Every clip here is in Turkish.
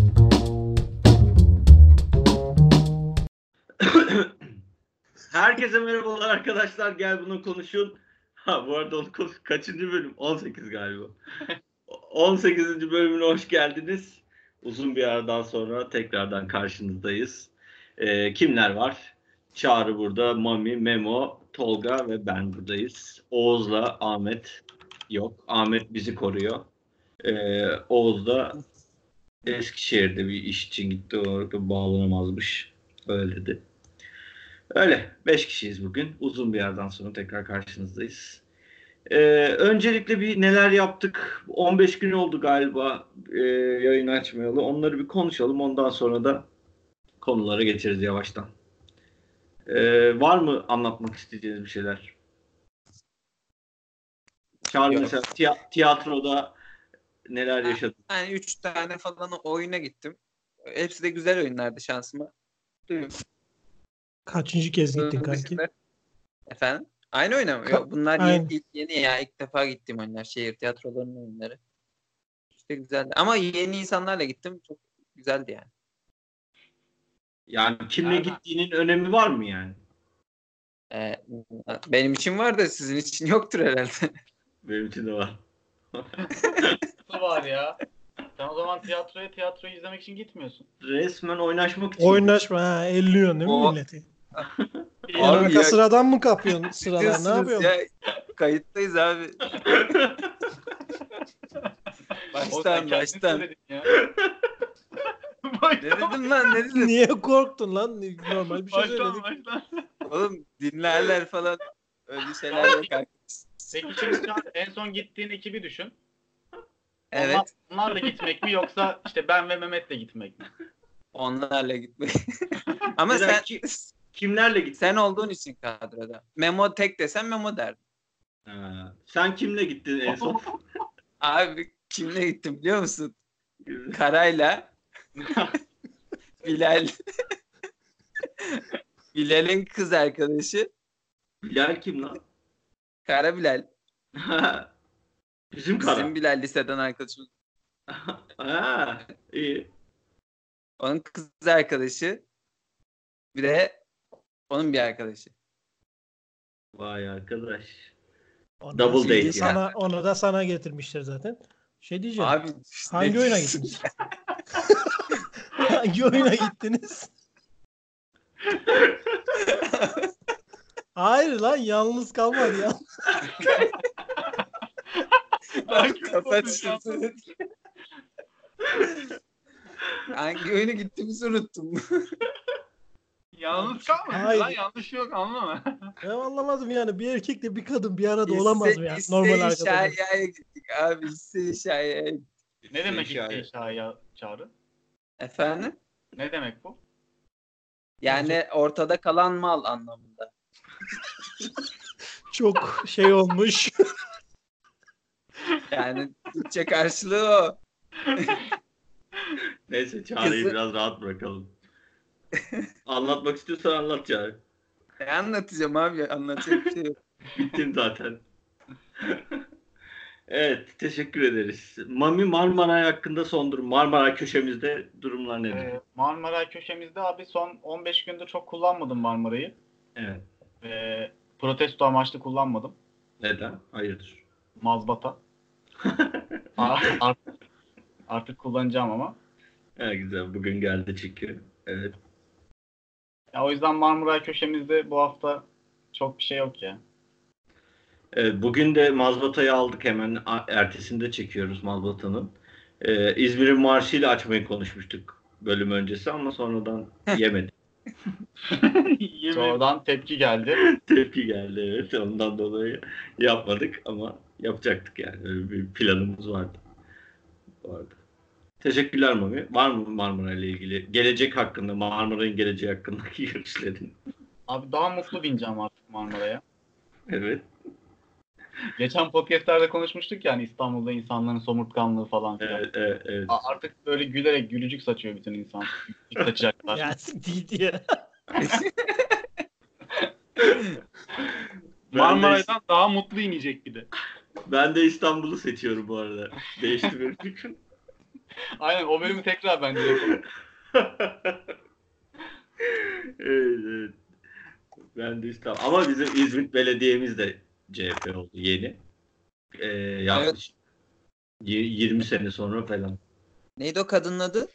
Herkese merhabalar arkadaşlar. Gel bunu konuşun. Ha bu arada onu konuş- kaçıncı bölüm? 18 galiba. 18. bölümüne hoş geldiniz. Uzun bir aradan sonra tekrardan karşınızdayız. Ee, kimler var? Çağrı burada, Mami, Memo, Tolga ve ben buradayız. Oğuz'la Ahmet yok. Ahmet bizi koruyor. Ee, Oğuz da Eskişehir'de bir iş için gitti. Orada bağlanamazmış. Öyle dedi. Öyle. Beş kişiyiz bugün. Uzun bir yerden sonra tekrar karşınızdayız. Ee, öncelikle bir neler yaptık. 15 gün oldu galiba e, yayın açmayalı. Onları bir konuşalım. Ondan sonra da konulara geçeriz yavaştan. Ee, var mı anlatmak isteyeceğiniz bir şeyler? Çağrı Yok. mesela tiya- tiyatroda neler Ha, yaşadın? Yani üç tane falan oyuna gittim. Hepsi de güzel oyunlardı şansıma. Kaçıncı kez Bunun gittin kanki? dışında- Efendim? Aynı oyuna mı? Ka- Yok, bunlar Aynen. yeni, ilk yeni ya. İlk defa gittiğim oyunlar. Şehir tiyatrolarının oyunları. İşte güzeldi. Ama yeni insanlarla gittim. Çok güzeldi yani. Yani kimle Nereden? gittiğinin önemi var mı yani? Ee, benim için var da sizin için yoktur herhalde. Benim için de var. Nasıl var ya? Sen o zaman tiyatroya tiyatroyu izlemek için gitmiyorsun. Resmen oynaşmak için. Oynaşma ha elliyorsun değil mi O- milleti? Abi En arka ya- sıradan mı kapıyorsun sıradan ne Diyorsunuz yapıyorsun? ya, kayıttayız abi. O sen baştan kendin baştan. Ne söyledin ya. dedim lan ne dedim? Niye korktun lan? Normal bir şey baştan söyledik. baştan. Oğlum dinlerler falan. Öyle şeyler yok arkadaşlar. Peki şimdi şu an en son gittiğin ekibi düşün. Onlar- Evet. Onlarla gitmek mi yoksa işte ben ve Mehmet'le gitmek mi? Onlarla gitmek. Ama Biraz sen ki- Kimlerle gittin? sen olduğun için kadroda. Memo tek desen Memo derdim. Ha, sen kimle gittin en son? Abi kimle gittim biliyor musun? Karayla. Bilal. Bilal'in kız arkadaşı. Bilal kim lan? Kara Bilal. Bizim kara. Bizim Bilal liseden arkadaşımız. ha, iyi. Onun kız arkadaşı. Bir de onun bir arkadaşı. Vay arkadaş. Onu Double da date sana, Onu da sana getirmiştir zaten. Şey diyeceğim. Abi hangi ne oyuna diyorsun? gittiniz? hangi oyuna gittiniz? Hayır lan yalnız kalmadı ya. Lan kafa çırptı. Hangi oyuna gittiğimizi unuttum. Yalnız kalma. Hayır. Lan yanlış yok anlama. Ben anlamadım yani bir erkekle bir kadın bir arada Hisse- olamaz mı ya? hisse Normal arkadaşlar. İşaye'ye gittik abi. Hisse İşaye'ye gittik. ne demek İnşa- işte şaya çağrı? Efendim? Ne demek bu? Yani ortada kalan mal anlamında. Çok şey olmuş. Yani Türkçe karşılığı o. Neyse Çağrı'yı Kızı- biraz rahat bırakalım. Anlatmak istiyorsan anlat Çağrı. Ne anlatacağım abi? Anlatacak bir şey yok. Bittim zaten. evet teşekkür ederiz. Mami Marmaray hakkında son durum. Marmaray köşemizde durumlar nedir? Ee, Marmara köşemizde abi son 15 gündür çok kullanmadım Marmara'yı. Evet. Ee, protesto amaçlı kullanmadım. Neden? Hayırdır? Mazbata. Ar- artık, artık kullanacağım ama. Evet, güzel. Bugün geldi çünkü. Evet. Ya o yüzden Marmaray köşemizde bu hafta çok bir şey yok ya. Evet, bugün de mazbatayı aldık hemen. A- Ertesinde çekiyoruz mazbatanın. Ee, İzmir'in marşıyla açmayı konuşmuştuk bölüm öncesi ama sonradan yemedik. Sonradan tepki geldi. Tepki geldi evet. Ondan dolayı yapmadık ama yapacaktık yani. Öyle bir planımız vardı. Vardı. Teşekkürler Mami. Var mı Marmara ile ilgili? Gelecek hakkında, Marmara'nın geleceği hakkındaki görüşlerin. Abi daha mutlu bineceğim artık Marmara'ya. Evet. Geçen podcastlerde konuşmuştuk yani İstanbul'da insanların somurtkanlığı falan filan. Evet, evet, evet. A- Artık böyle gülerek gülücük saçıyor bütün insan. Gülücük saçacaklar. ya değil diye. Ben de- Marmaray'dan daha mutlu inecek bir de. Ben de İstanbul'u seçiyorum bu arada. Değişti benim fikrim. Aynen o bölümü tekrar bence yapalım. evet, evet. Ben de İslam. Ama bizim İzmit Belediye'miz de CHP oldu yeni. Ee, yaklaşık y- 20 sene sonra falan. Neydi o kadının adı?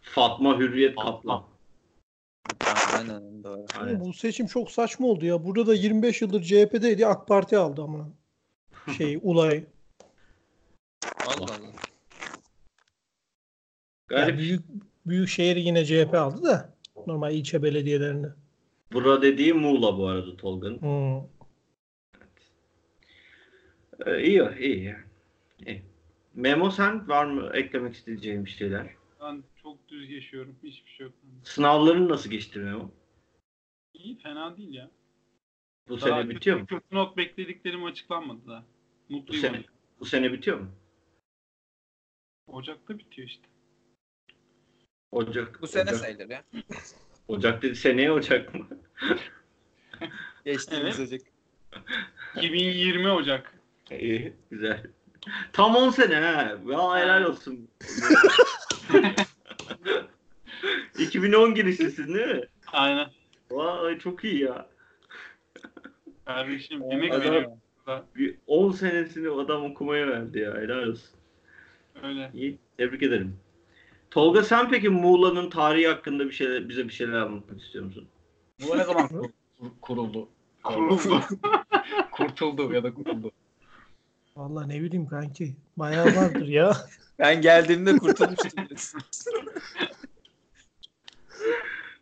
Fatma Hürriyet Kaplan. Aynen doğru. Aynen. Bu seçim çok saçma oldu ya. Burada da 25 yıldır CHP'deydi. AK Parti aldı amına. Şey Ulay. Allah Allah. Yani Garip. büyük büyük şehir yine CHP aldı da normal ilçe belediyelerinde. Bura dediği Muğla bu arada Tolga'nın. Hmm. Ee, iyi, iyi yani. İyi. Memo sen var mı eklemek isteyeceğim şeyler? Ben çok düz geçiyorum. Hiçbir şey yok. Sınavların nasıl geçti Memo? İyi fena değil ya. Bu Daha sene kötü- bitiyor mu? Kötü not beklediklerim açıklanmadı daha. Bu Mutluyum. sene, bu sene bitiyor mu? Ocak'ta bitiyor işte. Ocak. Bu sene Ocak, sayılır ya. Ocak dedi seneye Ocak mı? Geçtiğimiz Ocak. 2020 Ocak. İyi, güzel. Tam 10 sene ha. Ya helal olsun. 2010 girişlisin değil mi? Aynen. Vay çok iyi ya. Kardeşim emek Adam- veriyorum. Bir 10 senesini adam okumaya verdi ya. Helal olsun. Öyle. İyi. Tebrik ederim. Tolga sen peki Muğla'nın tarihi hakkında bir şeyler, bize bir şeyler anlatmak istiyor musun? Bu ne zaman kur- kur- kuruldu? Kuruldu. Kurtuldu ya da kuruldu. Vallahi ne bileyim kanki. Bayağı vardır ya. Ben geldiğimde kurtulmuştum. diyorsun.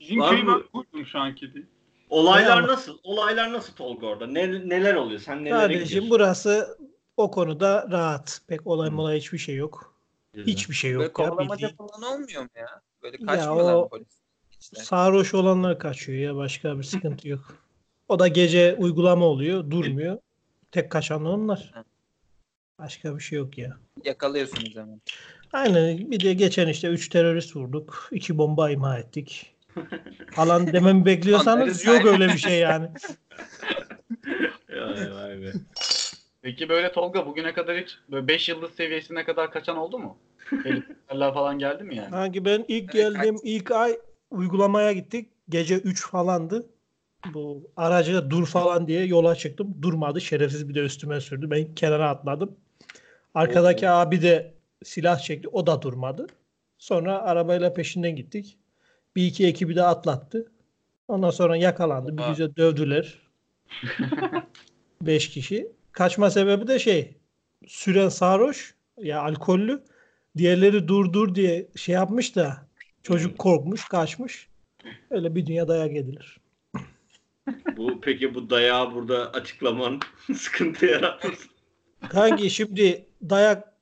Bizim Var köyü mı? ben kurdum şu anki değil. Olaylar Ne nasıl? Olaylar nasıl Tolga orada? Ne, neler oluyor? Sen nelere Kardeşim burası o konuda rahat. Pek olay Hı. molay hiçbir şey yok. gidiyorsun? Hiçbir şey Böyle yok. Ya, kovalamaca bildiğin. falan olmuyor mu ya? Böyle Ya kaçmıyorlar o- mı polis. İşte. Sarhoş olanlar kaçıyor ya. Başka bir sıkıntı yok. O da gece uygulama oluyor. Durmuyor. Tek kaçanlar onlar. Hı. Başka bir şey yok ya. Yakalıyorsunuz hemen. Aynen. Bir de geçen işte 3 terörist vurduk. 2 bomba imha ettik. Falan dememi bekliyorsanız Onları yok öyle bir şey yani. Vay vay be. Peki böyle Tolga bugüne kadar hiç böyle 5 yıldız seviyesine kadar kaçan oldu mu? Helikopterler falan geldi mi yani? Hangi ben ilk Evet, geldim ilk ay uygulamaya gittik. Gece 3 falandı. Bu aracı dur falan diye yola çıktım. Durmadı. Şerefsiz bir de üstüme sürdü. Ben kenara atladım. Arkadaki abi de silah çekti. O da durmadı. Sonra arabayla peşinden gittik. Bir iki ekibi de atlattı. Ondan sonra yakalandı. Bir Oha. güzel dövdüler. Beş kişi. Kaçma sebebi de şey süren sarhoş ya alkollü. Diğerleri dur dur diye şey yapmış da çocuk korkmuş kaçmış. Öyle bir dünya dayak yediler. Bu peki bu dayağı burada açıklaman sıkıntı yaratmasın. Kanki şimdi dayak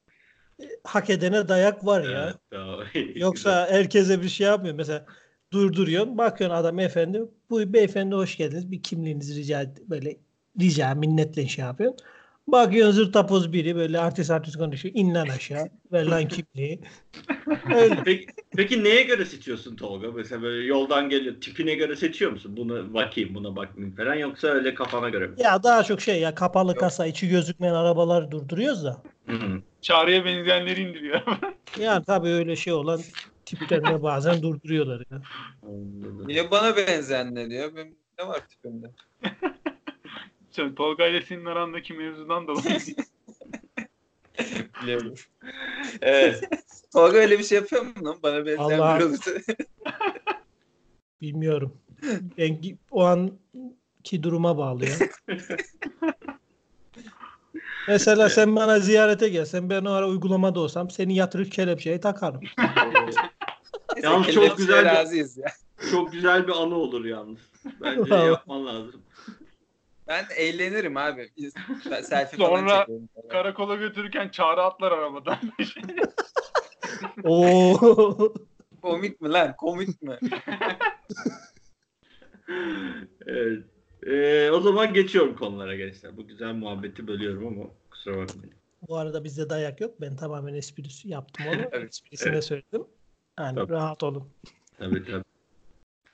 e, hak edene dayak var ya. Evet, tamam. İyi, Yoksa herkese bir şey yapmıyor. Mesela durduruyorsun. Bakıyorsun adam efendi. Bu beyefendi hoş geldiniz. Bir kimliğinizi rica et- böyle rica minnetle şey yapıyorsun. Bakıyorsun zırt tapoz biri böyle artist artist konuşuyor. İn lan aşağı. Ver lan kimliği. Öyle. güzel. Peki, peki neye göre seçiyorsun Tolga? Mesela böyle yoldan geliyor. Tipine göre seçiyor musun? Buna bakayım, buna bakmayayım falan. Yoksa öyle kafana göre mi? Ya daha çok şey ya kapalı Yok. kasa içi gözükmeyen arabalar durduruyoruz da. Hı. Çağrı'ya benzeyenleri indiriyor. Yani tabii öyle şey olan tiplerine bazen durduruyorlar ya. Anladım. Niye bana benzeyen ne diyor? Benim ne var tipimde? Sen Tolga ile senin arandaki mevzudan dolayı. Biliyorum. Evet. Tolga öyle bir şey yapıyor mu lan? Bana benzeyen Allah- biri olursa. Bilmiyorum. Ben gi- o anki duruma bağlı ya. Mesela sen bana ziyarete gelsen ben o ara uygulamada olsam seni yatırıp kelepçeye takarım. Neyse, Yalnız çok kelepçeye güzel bir- razıyız ya. Çok güzel bir anı olur yalnız. Bence yapman lazım. Ben eğlenirim abi. Biz- Ben selfie Sonra- falan çekerim. Karakola götürürken Çağrı atlar arabadan. Oo. Komik mi lan? Komik mi? Evet. Ee, o zaman geçiyorum konulara gençler. Bu güzel muhabbeti bölüyorum ama kusura bakmayın. Bu arada bizde dayak yok. Ben tamamen esprisi yaptım onu. Evet. Esprisine Evet. söyledim. Yani Tabii. rahat olun. Tabii tabii.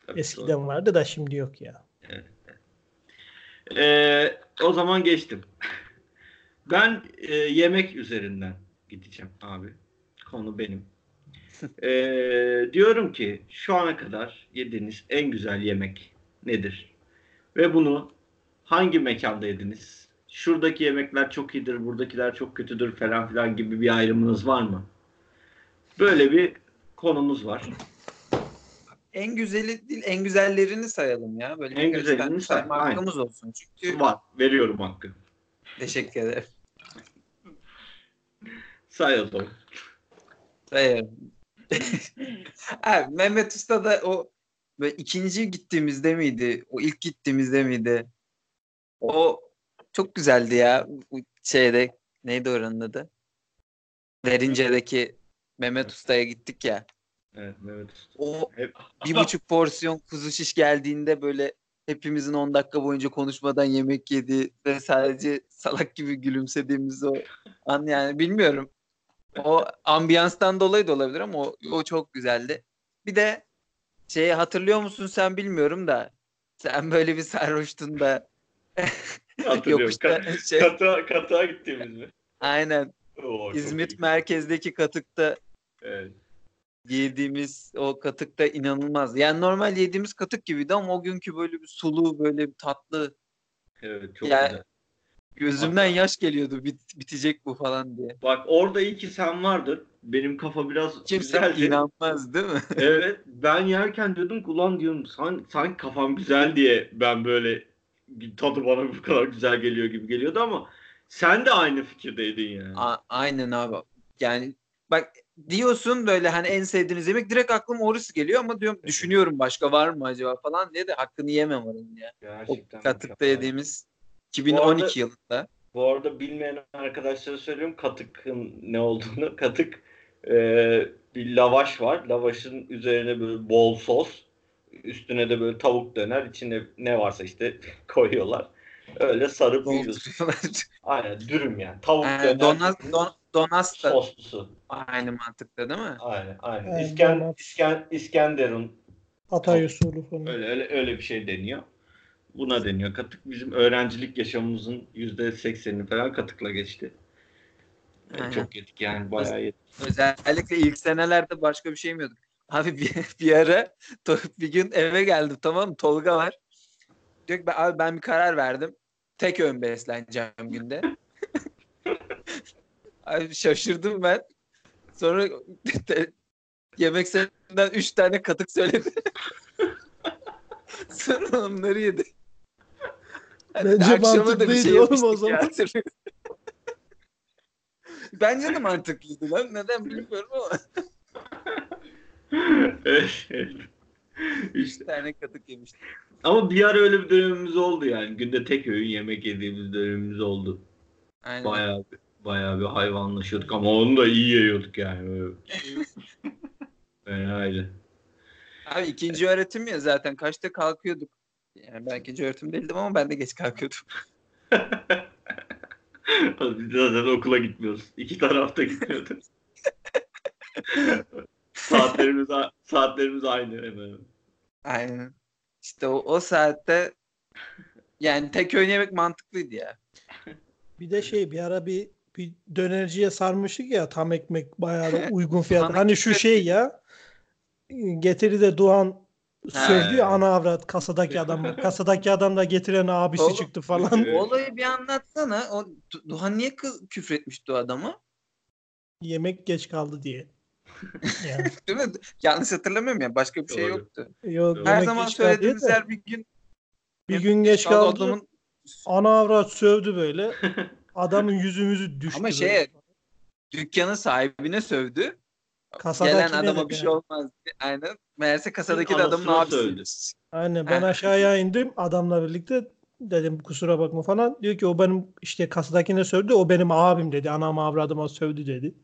Tabii, doğru. Eskiden vardı da şimdi yok ya. Ee, o zaman geçtim. Ben e, yemek üzerinden gideceğim abi. Konu benim. Ee, diyorum ki şu ana kadar yediğiniz en güzel yemek nedir? Ve bunu hangi mekanda yediniz? Şuradaki yemekler çok iyidir, buradakiler çok kötüdür falan filan gibi bir ayrımınız var mı? Böyle bir konumuz var. En güzeli değil, en güzellerini sayalım ya. Böyle En birkaç güzelini tane say, sayma aynen. hakkımız olsun. Çünkü Var. Veriyorum hakkı. teşekkür ederim. Say o zaman. Sayarım. Abi Mehmet Usta da o böyle ikinci gittiğimizde miydi? O ilk gittiğimizde miydi? O çok güzeldi ya. Bu Şeyde neydi oranın adı? Derince'deki Mehmet Usta'ya gittik ya. Evet Mehmet Usta. O Hep- bir buçuk porsiyon kuzu şiş geldiğinde böyle hepimizin 10 dakika boyunca konuşmadan yemek yedi ve sadece salak gibi gülümsediğimiz o an yani bilmiyorum. O ambiyanstan dolayı da olabilir ama o, o çok güzeldi. Bir de şeyi hatırlıyor musun sen bilmiyorum da sen böyle bir sarhoştun da Hatırlıyorum. yokuşta şey, Kata, kata gittiğimiz mi? aynen Oo, çok iyi. İzmit merkezdeki katıkta Evet. yediğimiz o katık da inanılmaz. Yani normal yediğimiz katık gibiydi ama o günkü böyle bir sulu, böyle bir tatlı. Evet çok Yani- güzel. Gözümden yaş geliyordu bit- bitecek bu falan diye. Bak orada iyi ki sen vardın. Benim kafa biraz Kimse güzeldi. inanmaz değil mi? Evet ben yerken diyordum ki ulan diyorum san- sanki kafam güzel diye ben böyle tadı bana bu kadar güzel geliyor gibi geliyordu ama sen de aynı fikirdeydin yani. A- aynen abi. Yani bak diyorsun böyle hani en sevdiğiniz yemek direkt aklım orası geliyor ama diyorum düşünüyorum başka var mı acaba falan diye de hakkını yemem onun ya. O Gerçekten katıkta mükemmel. yediğimiz 2012 yılında. Bu arada bilmeyen arkadaşlara söylüyorum katıkın ne olduğunu. Katık eee, bir lavaş var. Lavaşın üzerine böyle bol sos. Üstüne de böyle tavuk döner. içine ne varsa işte koyuyorlar. Öyle sarıp yiyorsun. Dolduruyorlar. Aynen dürüm yani. Tavuk Ee, döner. Donas, don, donasta Soslusu. aynı mantıkta değil mi? Aynen aynen. Evet, İsken, donat. İsken, İskenderun Hatay usulü falan. öyle, öyle öyle bir şey deniyor. Buna deniyor katık. Bizim öğrencilik yaşamımızın yüzde seksenini falan katıkla geçti. Ee, Aynen. Çok yedik yani bayağı yedik. Özellikle ilk senelerde başka bir şey mi yiyorduk? Abi bir, bir ara to- bir gün eve geldim tamam mı? Tolga var. Diyor ki "Ben- abi ben bir karar verdim. Tek öğün besleneceğim günde. abi şaşırdım ben. Sonra te- yemek sepetinden 3 tane katık söyledi. Sonra onları yedi. Bence akşama da bir şey mantıklıydı oğlum o yapmıştık ya, hatırlıyorum. Bence de mantıklıydı lan. Neden bilmiyorum ama. Evet, evet. Üç İşte. tane katık yemiştim. Ama bir ara öyle bir dönemimiz oldu yani. Günde tek öğün yemek yediğimiz dönemimiz oldu. Aynen. Bayağı bir, bayağı bir hayvanlaşıyorduk ama onu da iyi yiyorduk yani. Böyle. Fenaydı. Abi ikinci öğretim ya zaten. Kaçta kalkıyorduk? Yani ben ikinci öğretim değildim ama ben de geç kalkıyordum. Biz zaten okula gitmiyoruz. İki tarafta gitmiyorduk. saatlerimiz a- saatlerimiz aynı hemen. hemen. Aynen. İşte o, o saatte yani tek öğün yemek mantıklıydı ya. Bir de şey bir ara bir bir dönerciye sarmıştık ya tam ekmek bayağı da uygun Tam fiyat. hani şu ekmek- şey ya getiri de Doğan sövdü ya He. ana avrat kasadaki adamı. Kasadaki adam da getiren abisi Oğlum, çıktı falan. Evet. O olayı bir anlatsana. O Du- Duhan niye kız küfretmişti o adama? Yemek geç kaldı diye. Yani, Değil mi? Yanlış hatırlamıyorum ya. Başka bir şey Doğru. yoktu. yok, Her Her yemek zaman geç kaldı diye söylediğimiz de her bir gün bir gün geç şu anda kaldı. adamın Ana avrat sövdü böyle. Adamın yüzümüzü düştü. Ama böyle. şey dükkanın sahibine sövdü. Kasadakine Gelen adama de bir yani. şey olmaz. diye. Aynen. Meğerse kasadaki de Anasına adamın abisi. sövdü. Aynen ben aşağıya indim adamla birlikte dedim kusura bakma falan. Diyor ki o benim işte kasadakine sövdü o benim abim dedi. Anam avradıma sövdü dedi.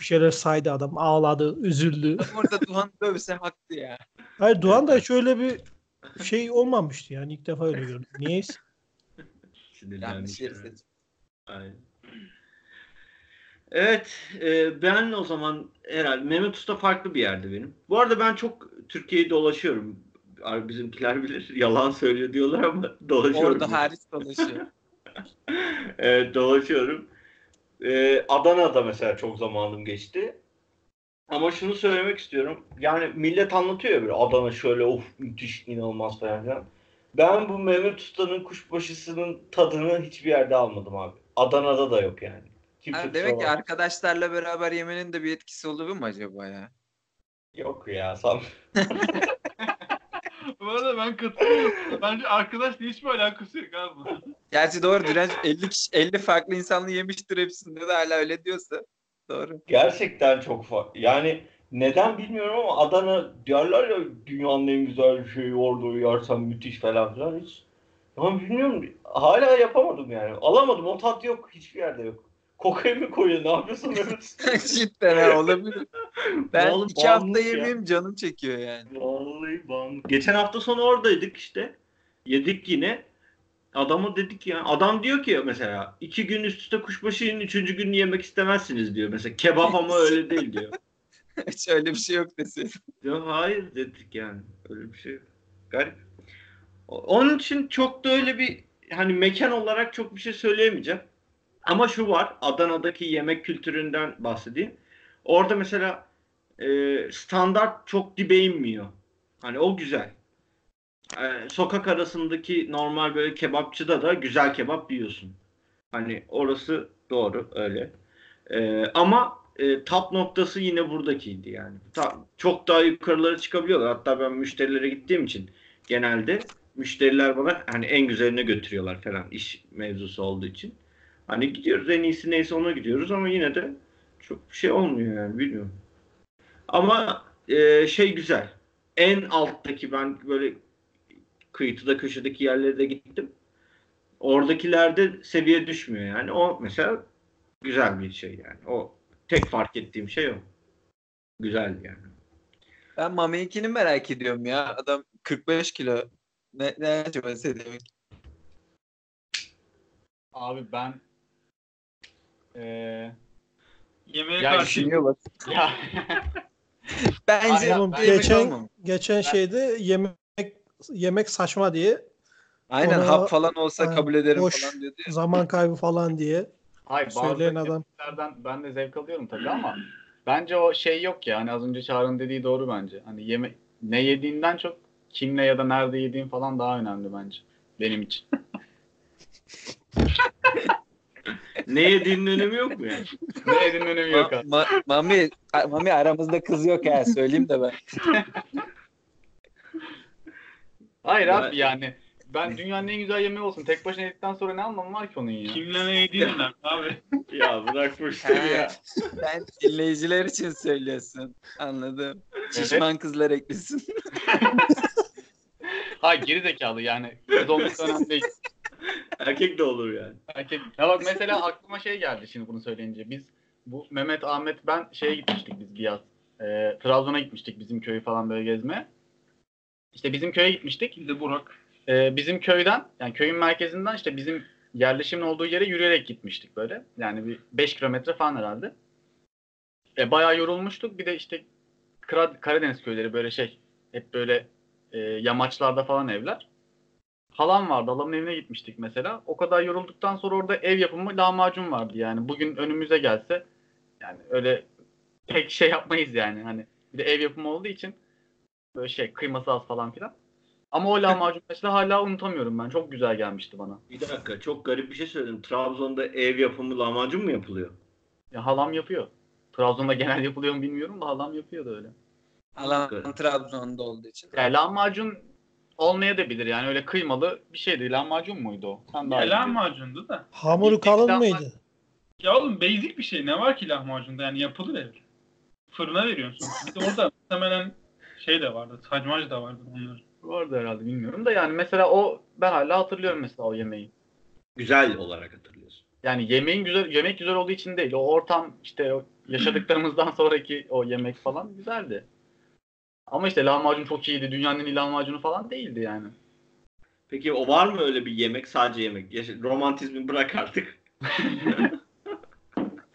Bir şeyler saydı adam ağladı üzüldü. Adam orada Duhan dövse haklı ya. Hayır Doğan da şöyle bir şey olmamıştı yani ilk defa öyle gördüm. Niyeyse. Yanlış Sinirlenmiş yeri herhalde. seçtim. Aynen. Evet, e, ben o zaman herhalde Mehmet Usta farklı bir yerde benim. Bu arada ben çok Türkiye'yi dolaşıyorum. Ar- Bizimkiler bilir yalan söylüyor diyorlar ama dolaşıyorum. Orada hariç dolaşıyor. evet, E, dolaşıyorum. Ee, Adana'da mesela çok zamanım geçti. Ama şunu söylemek istiyorum. Yani millet anlatıyor ya böyle Adana şöyle of müthiş inanılmaz falan filan. Ben bu Mehmet Usta'nın kuşbaşısının tadını hiçbir yerde almadım abi. Adana'da da yok yani. Kimse Ha, kusura demek ki bakmasın. arkadaşlarla beraber yemenin de bir etkisi olabilir mi acaba ya? Yok ya sanmıyorum. Bu arada ben katılıyorum. Bence arkadaşla hiçbir alakası yok abi. Gerçi doğru Direnç 50 kişi 50 farklı insanla yemiştir hepsinde de hala öyle diyorsa. Doğru. Gerçekten çok fa- Yani neden bilmiyorum ama Adana diyorlar ya dünyanın en güzel şeyi orada yersen müthiş falan filan hiç. Ama bilmiyorum hala yapamadım yani. Alamadım o tat yok hiçbir yerde yok. Kokain mi koyuyor ne yapıyorsun Mehmet? Cidden ha olabilir. Ben Oğlum, iki hafta bağımlılık ya. yemeyeyim canım çekiyor yani. Vallahi bağımlı. Geçen hafta sonu oradaydık işte. Yedik yine. Adama dedik ya. Adam diyor ki mesela iki gün üst üste kuşbaşı yiyin üçüncü günü yemek istemezsiniz diyor. Mesela kebap ama öyle değil diyor. Hiç öyle bir şey yok desin. Ya hayır dedik yani. Öyle bir şey. yok. Garip. O- Onun için çok da öyle bir hani mekan olarak çok bir şey söyleyemeyeceğim. Ama şu var. Adana'daki yemek kültüründen bahsedeyim. Orada mesela e, standart çok dibe inmiyor. Hani o güzel. E, sokak arasındaki normal böyle kebapçıda da güzel kebap yiyorsun. Hani orası doğru öyle. Ee, ama e, tap noktası yine buradakiydi yani. Ta- çok daha yukarılara çıkabiliyorlar. Hatta ben müşterilere gittiğim için genelde müşteriler bana hani en güzeline götürüyorlar falan iş mevzusu olduğu için. Hani gidiyoruz en iyisi neyse ona gidiyoruz ama yine de çok bir şey olmuyor yani bilmiyorum. Ama e, şey güzel. En alttaki ben böyle kıyıda köşedeki yerlere de gittim. Oradakilerde seviye düşmüyor yani. O mesela güzel bir şey yani. O tek fark ettiğim şey o. Güzel yani. Ben Mamiiki'ni merak ediyorum ya. Adam 45 kilo. Ne, ne acaba ne demek? Abi ben Eee Yemeğe Ya karşı şimdi- bak. ya Bence Aynen, Oğlum, yemek olmamış. geçen geçen şeyde yemek yemek saçma diye Aynen Ona- hap falan olsa Aynen, kabul ederim boş. falan diyordu. ya. zaman kaybı falan diye hayır bazı söyleyen adam. yemeklerden ben de zevk alıyorum tabii ama bence o şey yok ya hani az önce Çağrı'nın dediği doğru bence. Hani yeme ne yediğinden çok kimle ya da nerede yediğin falan daha önemli bence benim için. Ne yediğinin önemi yok mu yani? ne yediğin önemi yok Ma- abi. ma- mami, a- mami aramızda kız yok ha söyleyeyim de ben. Hayır Ya- abi yani ben dünyanın en güzel yemeği olsun. Tek başına yedikten sonra ne anlamı var ki onun ya? kimle ne yediğinden abi. ya bırak bu işleri ya. Sen dinleyiciler için söylüyorsun. Anladım. Şişman kızlar eklesin. Hayır geri zekalı yani. Kız olması önemli değil. Erkek de olur yani. Erkek. Ya bak mesela aklıma şey geldi şimdi bunu söyleyince. Biz bu Mehmet, Ahmet, ben şeye gitmiştik biz bir yaz. Ee, Trabzon'a gitmiştik bizim köyü falan böyle gezmeye. İşte bizim köye gitmiştik. Bir de Burak. Ee, bizim köyden yani köyün merkezinden işte bizim yerleşimin olduğu yere yürüyerek gitmiştik böyle. Yani bir 5 kilometre falan herhalde. E, bayağı yorulmuştuk. Bir de işte Kra- Karadeniz köyleri böyle şey hep böyle e, yamaçlarda falan evler. Halam vardı. Halamın evine gitmiştik mesela. O kadar yorulduktan sonra orada ev yapımı lahmacun vardı yani. Bugün önümüze gelse yani öyle pek şey yapmayız yani. Hani bir de ev yapımı olduğu için böyle şey kıyması az falan filan. Ama o lahmacun mesela hala unutamıyorum ben. Çok güzel gelmişti bana. Bir dakika çok garip bir şey söyledim. Trabzon'da ev yapımı lahmacun mu yapılıyor? Ya halam yapıyor. Trabzon'da genel yapılıyor mu bilmiyorum da halam yapıyordu öyle. Alan Trabzon'da olduğu için. Ya lahmacun olmaya da bilir yani öyle kıymalı bir şeydi. Lahmacun muydu o? Sen daha iyi Ya biliyorsun. lahmacundu da. Hamuru Bir kalın reklam var. mıydı? Ya oğlum basic bir şey. Ne var ki lahmacunda? Yani yapılır ev. Fırına veriyorsun. Bir de orada muhtemelen şey de vardı. Tacmac da vardı onların. Vardı herhalde bilmiyorum da yani mesela o ben hala hatırlıyorum mesela o yemeği. Güzel olarak hatırlıyorsun. Yani yemeğin güzel yemek güzel olduğu için değil. O ortam işte o yaşadıklarımızdan sonraki o yemek falan güzeldi. Ama işte lahmacun çok iyiydi. Dünyanın en iyi lahmacunu falan değildi yani. Peki o var mı öyle bir yemek sadece yemek? Yaş- Romantizmi bırak artık.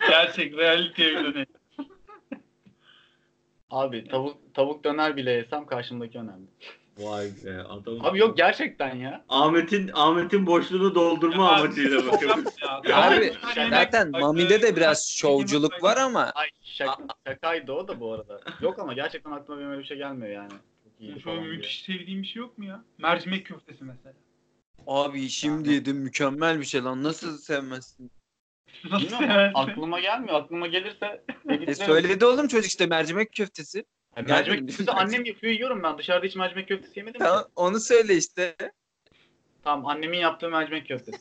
Gerçek realiteye dönelim. Abi tavuk tavuk döner bile yesem karşımdaki önemli. Vay be adam. Abi yok gerçekten ya. Ahmet'in Ahmet'in boşluğunu doldurma Ya- amacıyla bakıyorum. Ya, Abi yani- zaten Mami'de de biraz şovculuk var ama Ay şaka, şakaydı o da bu arada. Yok ama gerçekten aklıma benim öyle bir şey gelmiyor yani. Çok Ya iyiydi Şöyle falan diye. müthiş sevdiğim bir şey yok mu ya? Mercimek köftesi mesela. Abi şimdi yedim mükemmel bir şey lan. Nasıl sevmezsin? E, Nasıl Bilmiyorum, seversin? aklıma gelmiyor. Aklıma gelirse E editlerim. söyledi oğlum çocuk işte mercimek köftesi. Ya Geldi mercimek mi? köftesi annem yapıyor yiyorum ben. Dışarıda hiç mercimek köftesi yemedim. ki. Tamam onu söyle işte. Tamam annemin yaptığı mercimek köftesi.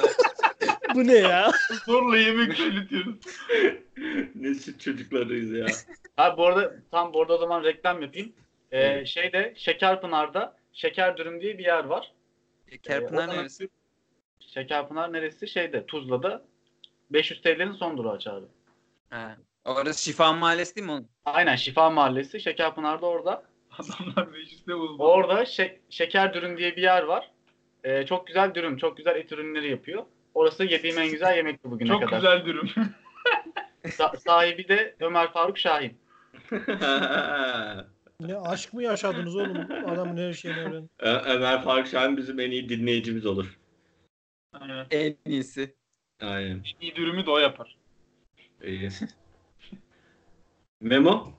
Bu ne ya? Zorla yemek söyletiyorsun. ne süt çocuklarıyız ya. Ha bu arada tam bu arada o zaman reklam yapayım. Ee, şeyde Şekerpınar'da Şeker Dürüm diye bir yer var. E, Kerpınar Ee, oradan- neresi? Şekerpınar neresi? Şeyde Tuzla'da 500 TL'nin son durağı çağrı. Ha. Orası Şifa Mahallesi değil mi onun? Aynen Şifa Mahallesi Şekerpınar'da orada. Adamlar mecliste uzman. Orada şe- Şeker Dürüm diye bir yer var. Ee, çok güzel dürüm, çok güzel et ürünleri yapıyor. Orası yediğim en güzel yemekti bugüne Çok kadar. güzel dürüm. Sa- sahibi de Ömer Faruk Şahin. Ne aşk mı yaşadınız oğlum? Adamın her şeyini öğren. Ö- Ömer Faruk Şahin bizim en iyi dinleyicimiz olur. Aynen. En iyisi. Aynen. En iyi dürümü de o yapar. İyi. Memo?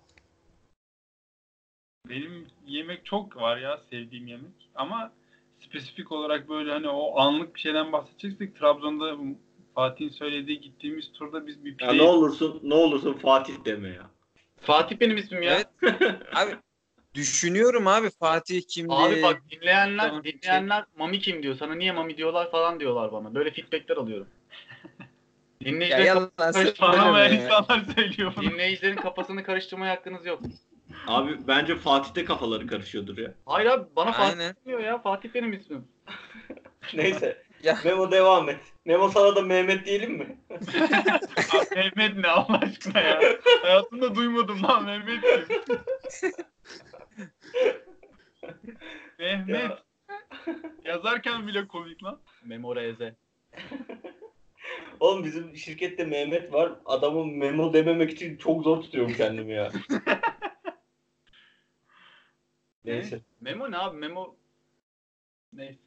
Benim yemek çok var ya sevdiğim yemek. Ama spesifik olarak böyle hani o anlık bir şeyden bahsedeceksek Trabzon'da Fatih'in söylediği gittiğimiz turda biz bir Ya pide ne olursun ne olursun Fatih deme ya. Fatih benim ismim ya. Evet. Abi düşünüyorum abi Fatih kimdi? Abi bak dinleyenler Tamam, dinleyenler mami kim diyor. Sana niye mami diyorlar falan diyorlar bana. Böyle feedbackler alıyorum. ya Dinleyicilerin, yalan tanımayan söyleme. ya. insanlar söylüyor bunu. dinleyicilerin kafasını karıştırmaya hakkınız yok. Abi bence Fatih'te kafaları karışıyordur ya. Hayır abi bana Fatih Aynen. diyor ya. Fatih benim ismim. Neyse. Ya. Memo devam et. Memo sana da Mehmet diyelim mi? Ya Mehmet ne Allah aşkına ya. Hayatımda duymadım lan Mehmet kim? Mehmet. Ya. Yazarken bile komik lan. Memoreze. Oğlum bizim şirkette Mehmet var. Adamı Memo dememek için çok zor tutuyorum kendimi ya. Neyse. Memo ne abi? Memo Neyse.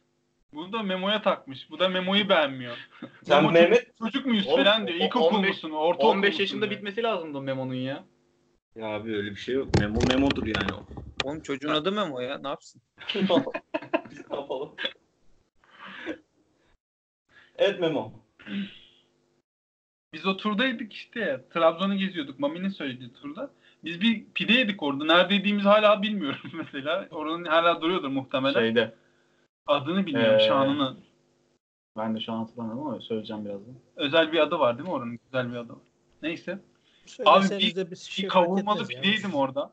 Bunu da Memo'ya takmış. Bu da Memo'yu beğenmiyor. Sen Memo Mehmet çocuk- Çocuk muyuz On- falan diyor. o- İlkokul 15 musun? Ortaokul 15 musun yaşında diyor. bitmesi lazımdı Memo'nun ya. Ya abi öyle bir şey yok. Memo memodur yani o. Oğlum çocuğun adı Memo ya ne yapsın? Biz ne yapalım? evet Memo. Biz o turdaydık işte. Trabzon'u geziyorduk. Mami'nin söylediği turda. Biz bir pide yedik orada. Nerede yediğimizi hala bilmiyorum mesela. Oranın hala duruyordur muhtemelen. Şeyde. Adını bilmiyorum Şey, Ee, şanını. Ben de şu an hatırlamıyorum ama söyleyeceğim birazdan. Özel bir adı var değil mi oranın? Güzel bir adı var. Neyse. Söyleseniz de bir Bir şey fark kavurmalı etmez pide ya. yedim orada.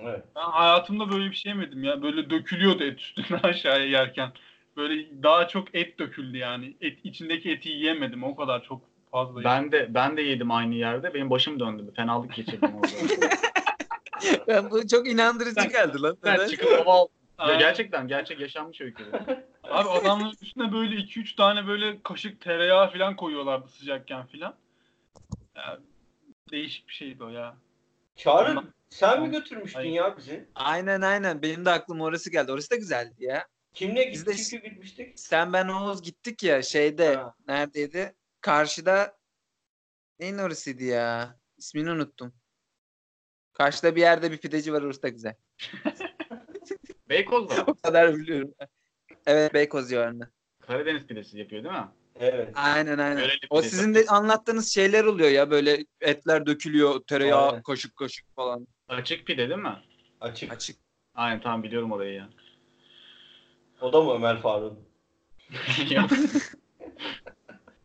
Evet. Ben hayatımda böyle bir şey yemedim ya. Böyle dökülüyordu et üstüne aşağıya yerken. Böyle daha çok et döküldü yani. Et, içindeki eti yiyemedim. O kadar çok fazla yedim. Ben de ben de yedim aynı yerde. Benim başım döndü. Bir Fenalık geçirdim orada. Ben bu çok inandırıcı Sen- geldi lan. ben Neden? çıkıp hava aldım. Ya Aa. gerçekten gerçek yaşanmış öykü. bu. Ee, Abi adamların üstüne böyle 2-3 tane böyle kaşık tereyağı falan koyuyorlardı sıcakken falan. Ya, değişik bir şeydi o ya. Çağrı Tamam. sen mi Tamam. götürmüştün Hayır. ya bizi? Aynen aynen benim de aklıma orası geldi. Orası da güzeldi ya. Kimle Biz de- gittik? Çünkü gitmiştik. Sen ben Oğuz gittik ya şeyde Ha. neredeydi? Karşıda neyin orasıydı ya? İsmini unuttum. Karşıda bir yerde bir pideci var orası da güzel. Beykoz'da O kadar biliyorum. Evet Beykoz civarında. Karadeniz pidesi yapıyor değil mi? Evet. Aynen aynen. Göreli pideci. O sizin de anlattığınız şeyler oluyor ya böyle etler dökülüyor tereyağı Aynen. kaşık kaşık falan Açık pide değil mi? Açık. açık. Aynen tamam biliyorum orayı ya. O da mı Ömer Faruk'un? Yok.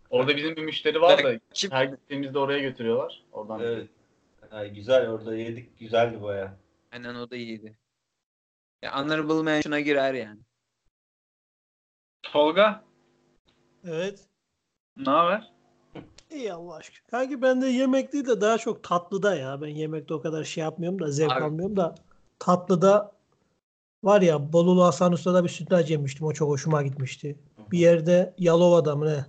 Orada bizim bir müşteri var da Kim? her gittiğimizde oraya götürüyorlar. Oradan Evet. Ha, güzel orada yedik. Güzeldi baya. Aynen o da iyiydi. Ya honorable mention'a girer yani. Tolga Evet. ne haber? İyi Allah aşkına. Kanki ben de yemek değil de daha çok tatlıda ya. Ben yemekte o kadar şey yapmıyorum da zevk Abi. almıyorum da tatlıda var ya Bolulu Hasan Usta'da bir sütlaç yemiştim. O çok hoşuma gitmişti. Bir yerde Yalova'da mı ne?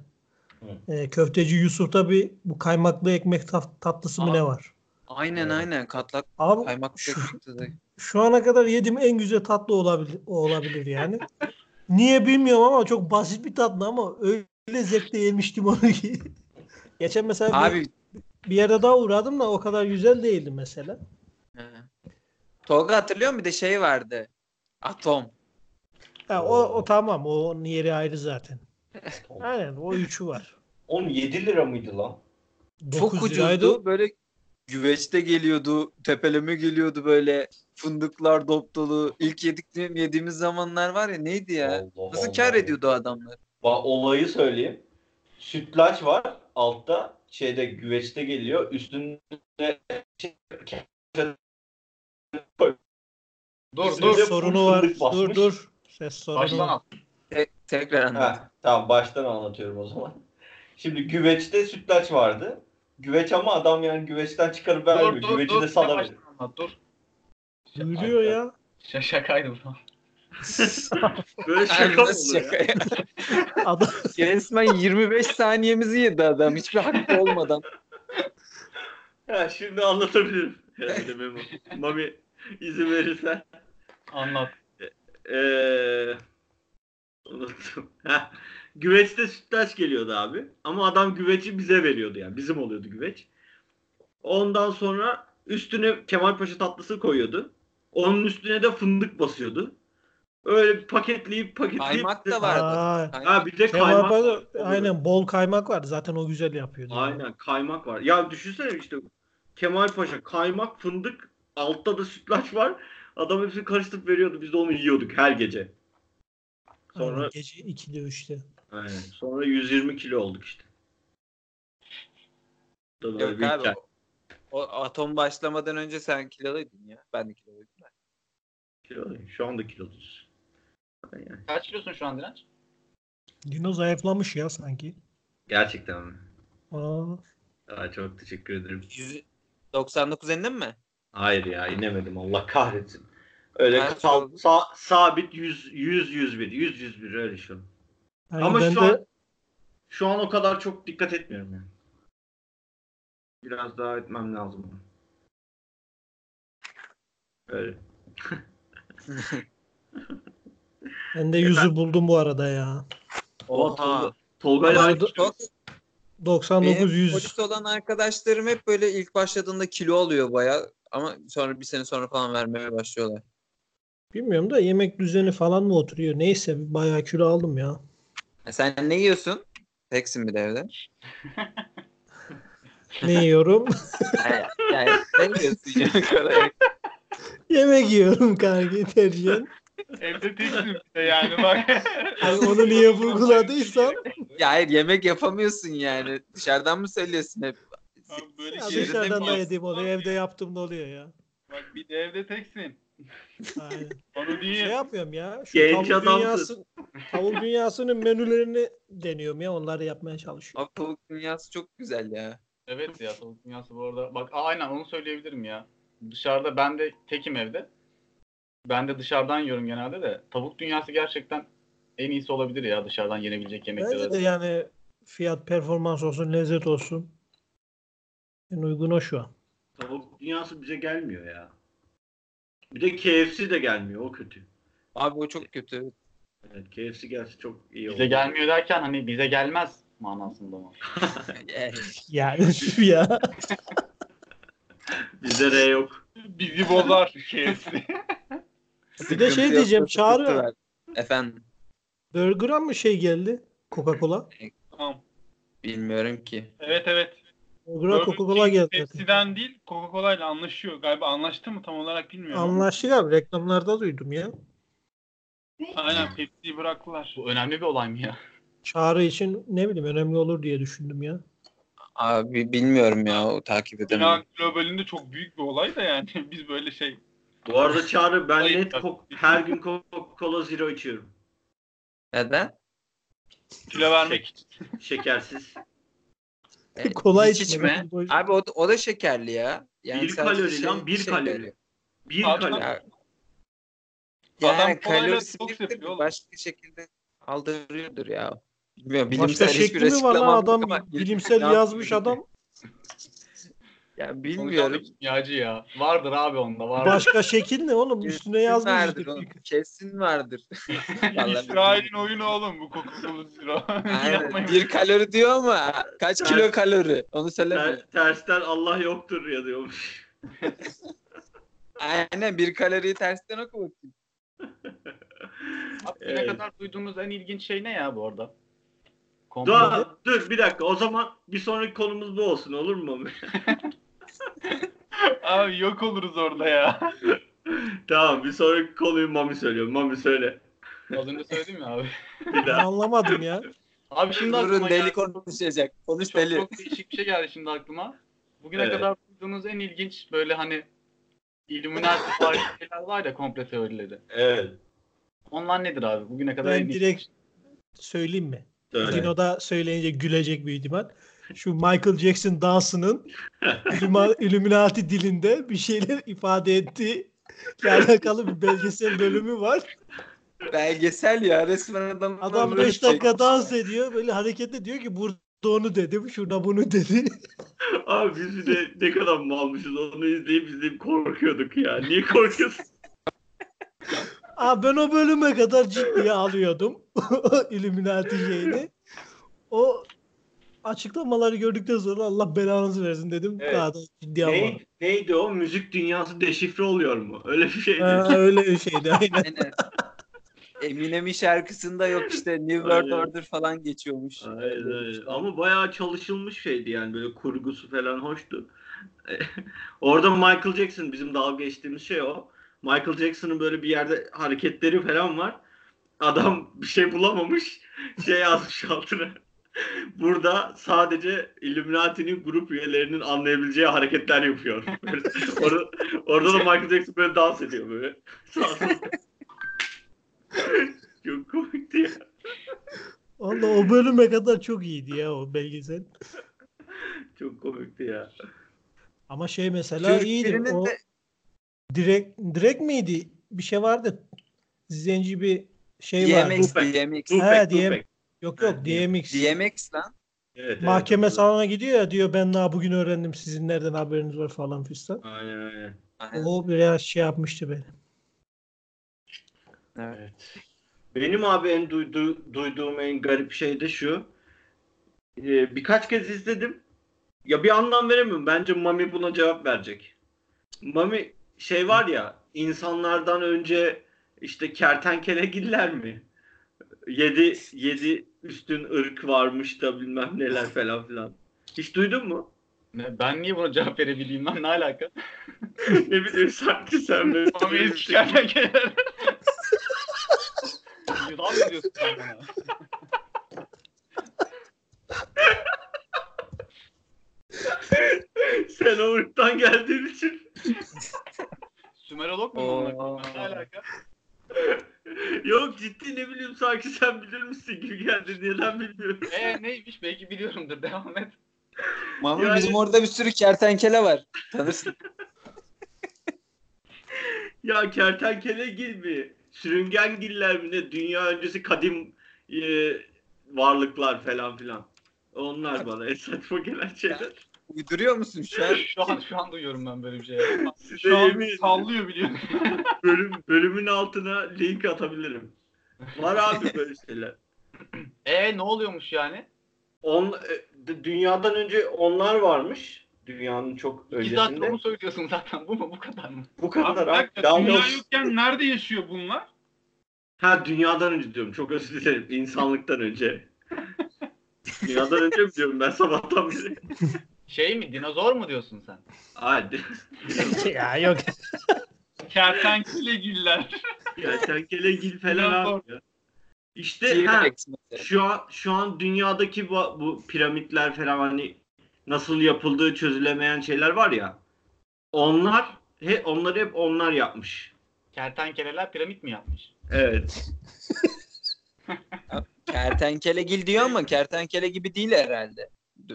Hı. Ee, köfteci Yusuf'ta bir bu kaymaklı ekmek tat- tatlısı mı Aa. ne var? Aynen Evet. aynen katlak Abi kaymak şu, çıktı da. şu ana kadar yediğim en güzel tatlı olabilir, olabilir yani. Niye bilmiyorum ama çok basit bir tatlı ama öyle zevkle yemiştim onu ki. Geçen mesela bir- Abi bir yere daha uğradım da o kadar güzel değildi mesela. he. Tolga hatırlıyor musun? Bir de şey vardı. Atom. Ha, o, o tamam. O onun yeri ayrı zaten. Aynen o üçü var. Oğlum 7 lira mıydı lan? Çok 9 liraydı. ucuzdu. Böyle güveçte geliyordu. Tepeleme geliyordu böyle. Fındıklar dop dolu. İlk yedik, yediğimiz zamanlar var ya neydi ya? Allah Nasıl Allah. kar ediyordu adamlar? Bak olayı söyleyeyim. Sütlaç var altta şeyde güveçte geliyor. Üstünde şey, Dur Üstüne dur. de Sorunu full var. fındık basmış. Dur dur. Ses sorunu Baştan var. al. Te- tekrar anlat. Ha, tamam baştan anlatıyorum o zaman. Şimdi güveçte sütlaç vardı. Güveç ama adam yani güveçten çıkarıp vermiyor. Dur dur Güveci dur. de Sen sana baştan veriyor. anlat, Dur. Duyuluyor ya. Ş- Şakaydı bu. Böyle Abi şaka mı nasıl olur şaka ya? ya? Adam Resmen 25 saniyemizi yedi adam. Hiçbir hakkı olmadan. Ha, şimdi anlatabilirim. Herhalde Memo. Mami izin verirsen. Anlat. Ee, unuttum. Heh. Güveçte sütlaç geliyordu abi. Ama adam güveci bize veriyordu yani. Bizim oluyordu güveç. Ondan sonra üstüne Kemalpaşa tatlısı koyuyordu. Onun üstüne de fındık basıyordu. Öyle paketleyip paketleyip Kaymak da var. Vardı. Aa, Ha bir de kaymak. kebaba var. da- aynen bol kaymak var. Zaten o güzel yapıyordu. Aynen kaymak var. Ya düşünsene işte Kemalpaşa kaymak, fındık, altta da sütlaç var. Adam hepsini karıştırıp veriyordu. Biz de onu yiyorduk her gece. Sonra... Sonra gece 2'de 3'te. Aynen. Sonra 120 kilo olduk işte. Da böyle Yok bir abi. hikaye. o- O atom başlamadan önce sen kiloluydun ya. Ben de kiloluydum. Kilo- Şu anda kiloluyuz. Aynen. Kaç kilosun şu an Direnç? Dino zayıflamış ya sanki. Gerçekten mi? Aa, Aa, çok teşekkür ederim. 99 indin mi? Hayır ya inemedim Allah kahretsin. Öyle Ben kal- sordum. sa- sabit 100 100 101 100 101 öyle şu. an. yani Ama ben şu de an şu an o kadar çok dikkat etmiyorum yani. Biraz daha etmem lazım. Öyle. ben de yüzü buldum bu arada ya. Oha. Tolga, Tolga ile Ama aynı do- şey. 99 Benim 100 polis olan arkadaşlarım hep böyle ilk başladığında kilo alıyor baya. Ama sonra bir sene sonra falan vermeye başlıyorlar. bilmiyorum da yemek düzeni falan mı oturuyor? Neyse bayağı kilo aldım ya. E sen ne yiyorsun? Teksin bir de evde. Ne yiyorum? Yani- yani ne yiyorsun? yani kadar? yemek yiyorum kanki tercihen. Evde teksin bir de yani bak. Yani onu niye vurguladıysam ya hayır yemek yapamıyorsun yani. Dışarıdan mı söylüyorsun hep? Abi böyle ya şey şeyleri dışarıdan da yapıyorsun. yediğim oluyor. Evde yaptığım da oluyor ya. Bak bir de evde teksin. Aynen. Onu Şey değil. yapıyorum ya. Şu Genç tavuk adamsın. dünyası, tavuk dünyasının menülerini deniyorum ya. Onları yapmaya çalışıyorum. Abi tavuk dünyası çok güzel ya. Evet ya tavuk dünyası bu arada. Bak a- aynen onu söyleyebilirim ya. Dışarıda ben de tekim evde. Ben de dışarıdan yiyorum genelde de. Tavuk dünyası gerçekten en iyisi olabilir ya dışarıdan yenebilecek yemekler. Bence de arasında. yani fiyat performans olsun, lezzet olsun. En uygun o şu an. Tavuk dünyası bize gelmiyor ya. Bir de KFC de gelmiyor o kötü. Abi o çok kötü. Evet, KFC gelse çok iyi olur. Bize gelmiyor derken hani bize gelmez manasında mı? Yani Yani ya. Bizde R yok. Bizi bozar KFC. Bir de şey sıkıntı diyeceğim, yoksa sıkıntı çağırıyor. var. Efendim Burger'a mı şey geldi? Coca-Cola? tamam. bilmiyorum ki. Evet evet. Burger'a Burger Coca-Cola King geldi. Pepsi'den değil Coca-Cola ile anlaşıyor. Galiba anlaştı mı tam olarak bilmiyorum. Anlaştık abi. Reklamlarda duydum ya. Aynen Pepsi'yi bıraktılar. Bu önemli bir olay mı ya? Çağrı için ne bileyim önemli olur diye düşündüm ya. Abi bilmiyorum ya o takip Dünya edemiyorum. globalinde çok büyük bir olay da yani biz böyle şey Bu arada Çağrı ben Hayır, net bak. Coke- her gün Coca-Cola Zero içiyorum. Neden? kilo vermek için. Şekersiz. E, Kolay hiç içme. Abi o, da- o da şekerli ya. Yani Bir sadece şey, kalori lan, bir kalori. veriyor. Bir Abi, kalori. Ya, Adam yani kolayla kalorisi detoks biriktir, yapıyor oğlum. başka şekilde aldırıyordur ya. Bilmiyorum bilimsel Başka hiçbir şekli mi var açıklamam lan yok adam? ama- Bilimsel yazmış adam. Ya Onu bilmiyorum. da bir Kimyacı ya. Vardır abi onda vardır. Başka şekil ne oğlum? Üstüne Kesin yazmış. vardır işte. oğlum. Kesin vardır. Vallahi İsrail'in oyunu oğlum bu Coca-Cola Zero. Aynen. Yapmayın. Bir kalori diyor ama kaç kilo Evet. kalori? Onu söyleme. Ter- tersten Allah yoktur ya diyormuş. Aynen bir kaloriyi tersten oku bakayım. Abi bugüne Evet. kadar duyduğumuz en ilginç şey ne ya bu arada? Komplo. Dur, dur bir dakika o zaman bir sonraki konumuz bu olsun olur mu? Abi yok oluruz orada ya. tamam bir sonraki konuyu Mami söylüyor. Mami söyle. Az önce söyledim ya abi. Bir daha. Anlamadım ya. Abi şimdi Nur'un aklıma deli geldi. konuşacak. Konuş çok, deli. çok değişik bir şey geldi şimdi aklıma. Bugüne Evet. kadar duyduğumuz en ilginç böyle hani Illuminati var şeyler var ya komple teorileri. Evet. Onlar nedir abi? Bugüne kadar en Ben ilginç- direkt söyleyeyim mi? Söyle. Dino da söyleyince gülecek büyük ihtimal. Şu Michael Jackson dansının Illuma- Illuminati dilinde bir şeyler ifade ettiği ile alakalı bir belgesel bölümü var. Belgesel ya resmen adam. Adam şey- 5 dakika dans ediyor. Böyle hareketle diyor ki burada onu dedim, şurada bunu dedi. Abi biz bir de ne kadar malmışız onu izleyip izleyip korkuyorduk ya. Niye korkuyorsun? Aa, ben o bölüme kadar ciddiye alıyordum. Illuminati şeyini. O açıklamaları gördükten sonra Allah belanızı versin dedim. Evet. Şey- Daha da ciddiye ne, almadım. neydi o? Müzik dünyası deşifre oluyor mu? Öyle bir şey şeydi. Ha, öyle bir şeydi aynen. Aynen. Eminem'in şarkısında yok işte New World Aynen. Order falan geçiyormuş. Hayır, hayır. Ama bayağı çalışılmış şeydi yani böyle kurgusu falan hoştu. Orada Michael Jackson bizim dalga geçtiğimiz şey o. Michael Jackson'ın böyle bir yerde hareketleri falan var. Adam bir şey bulamamış. Şey yazmış altına. Burada sadece Illuminati'nin grup üyelerinin anlayabileceği hareketler yapıyor. Böyle orada, orada da Michael Jackson böyle dans ediyor böyle. Sağ sağ. Çok komikti ya. Valla o bölüme kadar çok iyiydi ya o belgesel. Çok komikti ya. Ama şey mesela Türk iyiydi. birinin O de direkt direkt miydi? Bir şey vardı. Zenci bir şey vardı. DMX, Tupac. DMX. Tupac, DM Tupac. Yok yok Ha, DMX. DMX lan. Evet, evet, Mahkeme evet. salonuna gidiyor ya diyor ben daha bugün öğrendim sizin nereden haberiniz var falan fistan. Aynen aynen. Aynen. O biraz şey yapmıştı beni. Evet. Evet. Benim abi en duydu- duyduğum en garip şey de şu. Ee, birkaç kez izledim. Ya bir anlam veremiyorum. Bence Mami buna cevap verecek. Mami şey var ya insanlardan önce işte kertenkelegiller mi? Yedi, yedi üstün ırk varmış da bilmem neler falan filan. Hiç duydun mu? Ne- ben niye buna cevap verebileyim lan ne alaka? ne bileyim sanki sen böyle. Abi eski kertenkeler. Yunan mı diyorsun sen bana? Sen o ırktan geldiğin için Sümerolog mu? Oo. bunlar? Ne alaka? Yok ciddi ne bileyim sanki sen bilir misin gibi geldi neden bilmiyorum. Ee neymiş belki biliyorumdur devam et. Mami Yani- bizim orada bir sürü kertenkele var. Tanırsın. Ya kertenkele gil mi? Sürüngen giller mi ne? Dünya öncesi kadim e, varlıklar falan filan. Onlar bana en saçma gelen şeyler. Uyduruyor musun şu an? Şu an şu an duyuyorum ben böyle bir şey. Size Şu an yemin ederim, sallıyor biliyor musun? bölüm, bölümün altına link atabilirim. Var abi böyle şeyler. Ee ne oluyormuş yani? On, e, d- dünyadan önce onlar varmış. Dünyanın çok İki dakika öncesinde. onu söylüyorsun zaten. Bu mu? Bu kadar mı? Bu Abi, kadar bir abi. dakika, Daha ne dünya olsun? yokken nerede yaşıyor bunlar? Ha dünyadan önce diyorum. Çok özür dilerim. İnsanlıktan önce. dünyadan önce mi diyorum ben sabahtan beri? Şey mi? Dinozor mu diyorsun sen? Hadi. ya yok. Kertenkele güller. Kertenkele gil falan abi. ya. İşte ha, T-Rex mesela. şu an şu an dünyadaki bu, bu piramitler falan hani nasıl yapıldığı çözülemeyen şeyler var ya. Onlar he, onları hep onlar yapmış. Kertenkeleler piramit mi yapmış? Evet. Kertenkele gil diyor ama kertenkele gibi değil herhalde.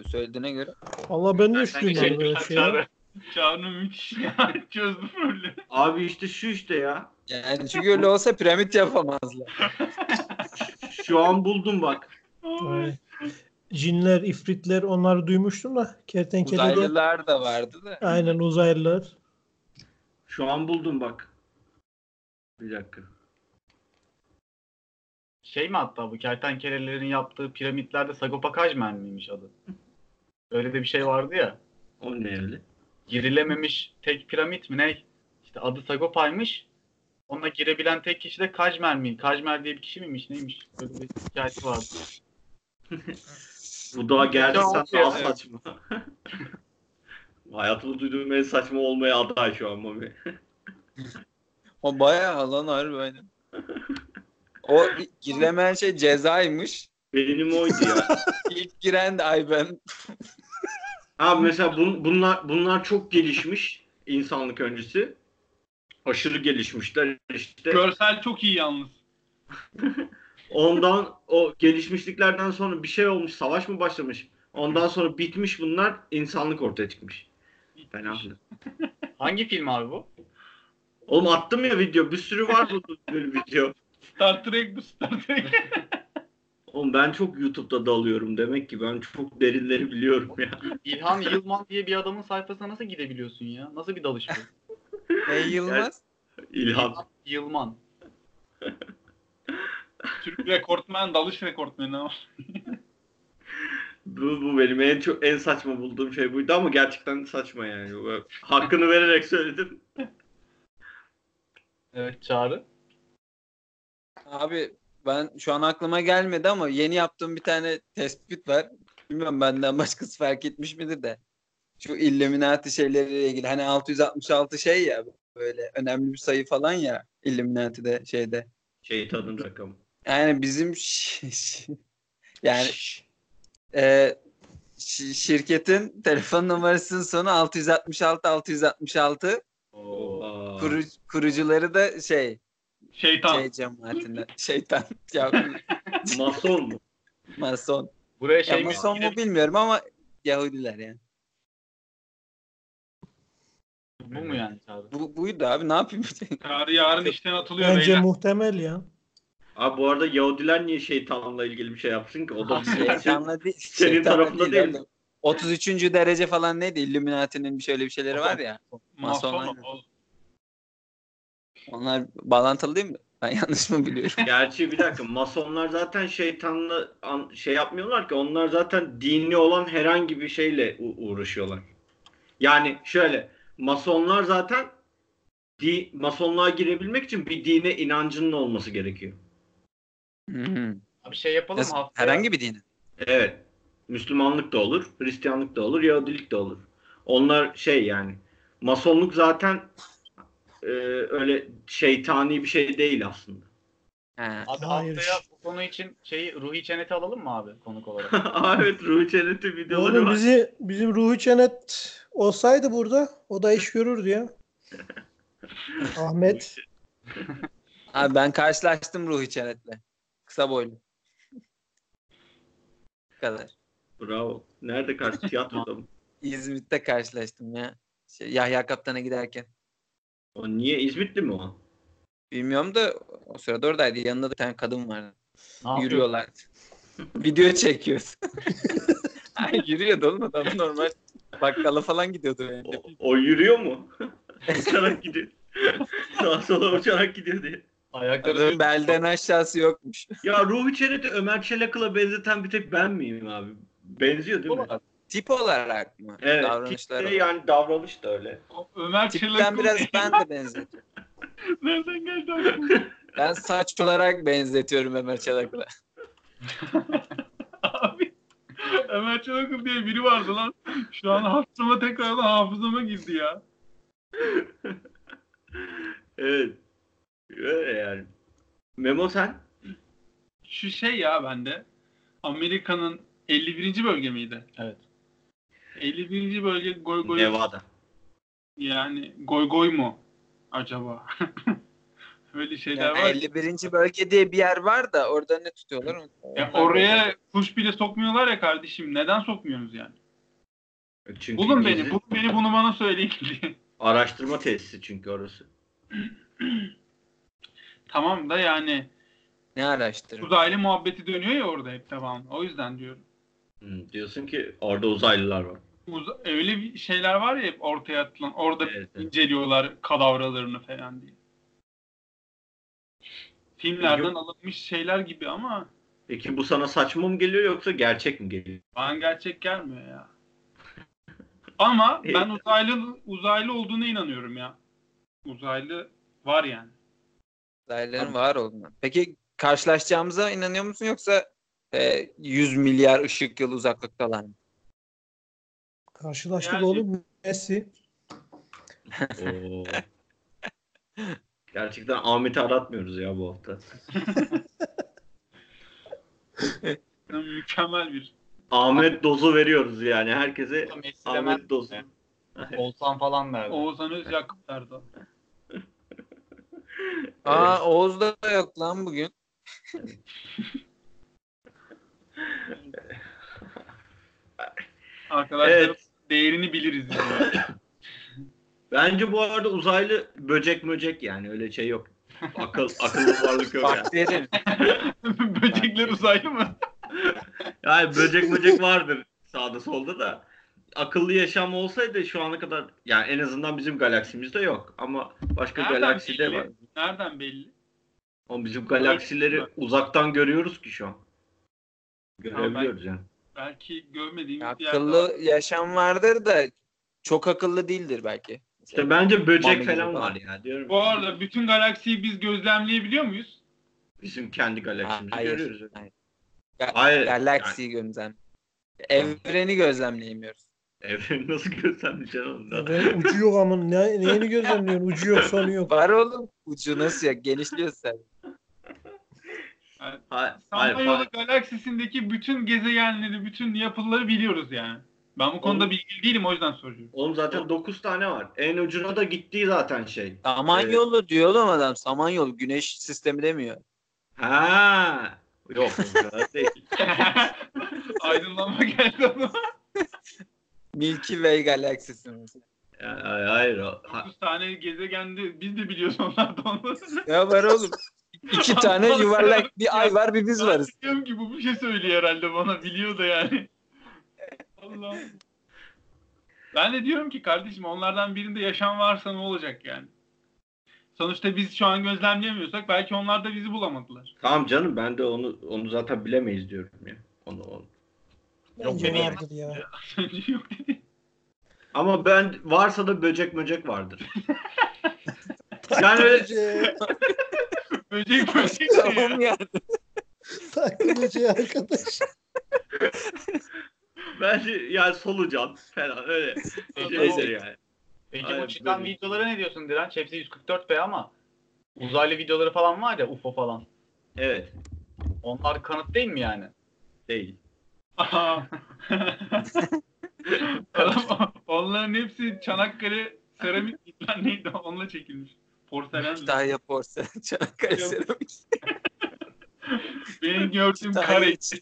Söylediğine göre. Valla ben de hiç duymadım Kertenkele böyle şey. ya. Çağrı'nın müthiş çözdü problemi. Abi işte şu işte ya. Yani çünkü öyle olsa piramit yapamazlar. Şu an buldum bak. Vay. Cinler, ifritler onları duymuştum da. Kertenkele de. Uzaylılar da vardı da. Aynen uzaylılar. Şu an buldum bak. Bir dakika. Şey mi hatta bu kertenkelelerin yaptığı piramitlerde Sagopa Kajmer miymiş adı? Öyle de bir şey vardı ya. O ne öyle? Girilememiş tek piramit mi ne? İşte adı Sagopa'ymış. Ona girebilen tek kişi de Kajmer mi? Kajmer diye bir kişi miymiş neymiş? Böyle bir hikayesi vardı. Bu daha gerçekten oldu ya, daha evet. saçma. Hayatımda duyduğum en saçma olmaya aday şu an Mami. O bayağı lan harbi aynen. O girilemeyen şey cezaymış. Benim oydu ya. İlk giren de ay ben. Abi mesela bun- bunlar bunlar çok gelişmiş insanlık öncesi. Aşırı gelişmişler işte. Görsel çok iyi yalnız. Ondan o gelişmişliklerden sonra bir şey olmuş, savaş mı başlamış? Ondan sonra bitmiş bunlar, insanlık ortaya çıkmış. Fena. Hangi film abi bu? Oğlum attım ya video, bir sürü var bu böyle video. Star Trek bu Star Trek. Oğlum ben çok YouTube'da dalıyorum demek ki ben çok derinleri biliyorum ya. İlhan Yılmaz diye bir adamın sayfasına nasıl gidebiliyorsun ya? Nasıl bir dalış bu? Ne Yılmaz? İlhan. Yılman. Türk rekortmen, dalış rekortmeni ama. Bu, bu benim en çok en saçma bulduğum şey buydu ama gerçekten saçma yani. Bu- Hakkını vererek söyledim. Evet Çağrı. Abi ben şu an aklıma gelmedi ama yeni yaptığım bir tane tespit var. Bilmiyorum benden başkası fark etmiş midir de. Şu Illuminati şeyleriyle ilgili. Hani 666 şey ya böyle önemli bir sayı falan ya Illuminati'de şeyde. Şeytanın Şey rakamı. Yani bizim şi- şi- yani e, şi- şirketin telefon numarasının sonu 666 666 Oha. Kuru, kurucuları da şey Şeytan. şey cemaatinden şeytan ya Mason mu? mason. Buraya şey Ya mi- mason yine- mu bilmiyorum ama Yahudiler yani. bu mu yani Çağrı? Bu buydu abi ne yapayım? Çağrı yarın işten atılıyor Bence beyler. muhtemel ya. Abi bu arada Yahudiler niye şeytanla ilgili bir şey yapsın ki? O da bir şey. şeytanla değil. senin şeytanla tarafında değil. abi. 33. derece falan neydi? Illuminati'nin bir şöyle bir şeyleri var ya. Mason. Mason. o. Onlar bağlantılı değil mi? Ben yanlış mı biliyorum? Gerçi bir dakika masonlar zaten şeytanla an- şey yapmıyorlar ki onlar zaten dini olan herhangi bir şeyle u- uğraşıyorlar. Yani şöyle masonlar zaten di- masonluğa girebilmek için bir dine inancının olması gerekiyor. Hı hı. Abi şey yapalım Nasıl- haftaya. Hmm. Herhangi bir dinin. Evet. Müslümanlık da olur, Hristiyanlık da olur, Yahudilik de olur. Onlar şey yani masonluk zaten e, öyle şeytani bir şey değil aslında. Ha. Abi Hayır. haftaya bu konu için şeyi Ruhi Çenet'i alalım mı abi konuk olarak? Aa, evet Ruhi Çenet'in videoları Oğlum var. bizi, bizim Ruhi Çenet olsaydı burada o da iş görürdü ya. Ahmet. Abi ben karşılaştım Ruhi Çenet'le. Kısa boylu. Bu kadar. Bravo. Nerede karşı tiyatroda mı? İzmit'te karşılaştım ya. Şey, Yahya Kaptan'a giderken. O niye İzmitli mi o? Bilmiyorum da o sırada oradaydı. Yanında da bir tane kadın vardı. Ne yapıyor? Yürüyorlardı. Video çekiyoruz. Ay, yürüyordu oğlum adam normal. Bakkala falan gidiyordu yani. O, o yürüyor mu? uçarak gidiyor. Sağa sola uçarak gidiyor diye. Ayakları Adamın belden aşağısı yokmuş. Ya Ruhi Çenet'i Ömer Çelak'la benzeten bir tek ben miyim abi? Benziyor değil mi? Olarak. Tip olarak mı? Evet. Davranışlar tipte olarak. yani davranış da öyle. O Ömer Tipten Çelak'ın biraz ben de benzetim. nereden geldi aklına? Ben saç olarak benzetiyorum Ömer Çelak'la. abi? Ömer Çelak'ın diye biri vardı lan. Şu an hafızama tekrardan hafızama girdi ya. Evet. Öyle yani. Memo sen? Şu şey ya bende. Amerika'nın 51. bölge miydi? Evet. 51. bölge goy goy Nevada. yani goy goy mu acaba? Öyle şeyler Yani var. 51. bölge diye bir yer var da orada ne tutuyorlar? onu- Ya oraya kuş bile sokmuyorlar ya kardeşim. Neden sokmuyorsunuz yani? Çünkü Bulun gizli- beni, bulun beni bunu bana söyleyin diye. Araştırma tesisi çünkü orası. tamam da yani Ne araştırın? uzaylı muhabbeti dönüyor ya orada hep devam. O yüzden diyorum. Hı, diyorsun ki orada uzaylılar var. Uz- öyle bir şeyler var ya hep ortaya atılan. Orada Evet, evet. inceliyorlar kadavralarını falan diye. Filmlerden Yok. alınmış şeyler gibi ama Peki bu sana saçma mı geliyor yoksa gerçek mi geliyor? bana gerçek gelmiyor ya. Ama Evet. E- ben uzaylı uzaylı olduğuna inanıyorum ya. uzaylı var yani. Uzaylıların var olduğunu. Peki karşılaşacağımıza inanıyor musun yoksa e, 100 milyar ışık yılı uzaklıktalar mı? Karşılaştık Yani- oğlum Messi. Oo. Gerçekten Ahmet'i aratmıyoruz ya bu hafta. Yani mükemmel bir Ahmet dozu veriyoruz yani herkese. Messi demez. Ahmet dozu. Olsan falan derdi. Oğuzhan Öz Yakup Erdoğan. Aa Oğuz da yok lan bugün. Arkadaşlar Evet. değerini biliriz. yani. Bence bu arada uzaylı böcek möcek yani öyle şey yok. Akıl akıllı varlık yok yani. Bakteri. Böcekler uzaylı mı? Yani böcek böcek vardır sağda solda da. Akıllı yaşam olsaydı şu ana kadar yani en azından bizim galaksimizde yok ama başka Nereden galakside belli? var. Nereden belli? Ama bizim galaksileri Bak. uzaktan görüyoruz ki şu an. Tamam, ben- Görebiliyoruz yani. Belki görmediğimiz akıllı yaşam vardır da çok akıllı değildir belki. İşte bence Mami böcek gibi falan var falan. ya diyorum. Bu arada bütün galaksiyi biz gözlemleyebiliyor muyuz? bizim kendi galaksimizi Hayır. görüyoruz. Hayır. Ga- Hayır. Galaksiyi gözlem. Evreni gözlemleyemiyoruz. Evreni nasıl gözlemleyeceksin onu da? Ve ucu yok ama ne, neyini gözlemliyorsun? Ucu yok sonu yok. Var oğlum. Ucu nasıl ya? Genişliyorsun sen. Hayır, hayır, Samanyolu hayır. galaksisindeki bütün gezegenleri, bütün yapıları biliyoruz yani. Ben bu konuda Oğlum- bilgili değilim o yüzden soruyorum. Oğlum zaten 9 tane var. En ucuna da gittiği zaten şey. Samanyolu diyor oğlum adam. Samanyolu. Güneş sistemi demiyor. Ha. Yok. o kadar değil. Aydınlanma geldi ama. Milky Way galaksisi. mesela. Yani, hayır. hayır, o- ha- 9 tane gezegende biz de biliyoruz onlar da onu. Ya var oğlum. İki tane yuvarlak bir ay var bir biz varız. Ben diyorum ki bu bir şey söylüyor herhalde bana biliyor da yani. Allah'ım. Ben de diyorum ki kardeşim onlardan birinde yaşam varsa ne olacak yani? Sonuçta biz şu an gözlemleyemiyorsak belki onlar da bizi bulamadılar. Tamam canım ben de onu onu zaten bilemeyiz diyorum ya. Onu, onu. Bence Yok, vardır ya. Önce yok dedi. Ama ben varsa da böcek böcek vardır. yani öyle Takılacak, Böcek böcek de ya. Tamam ya. takılacak arkadaş. bence yani solucan falan öyle şeydir yani. Peki Aynen, bu çıkan böyle. videolara ne diyorsun Direnç? Hepsi 144p ama uzaylı videoları falan var ya UFO falan. Evet. Onlar kanıt değil mi yani? Değil. Aha. Adam- Onların hepsi Çanakkale seramik lan neydi onunla çekilmiş. Porselen. mi? Daha yaporsa. Çanakkale Yok. seramik. Benim gördüğüm Daha kare. içi.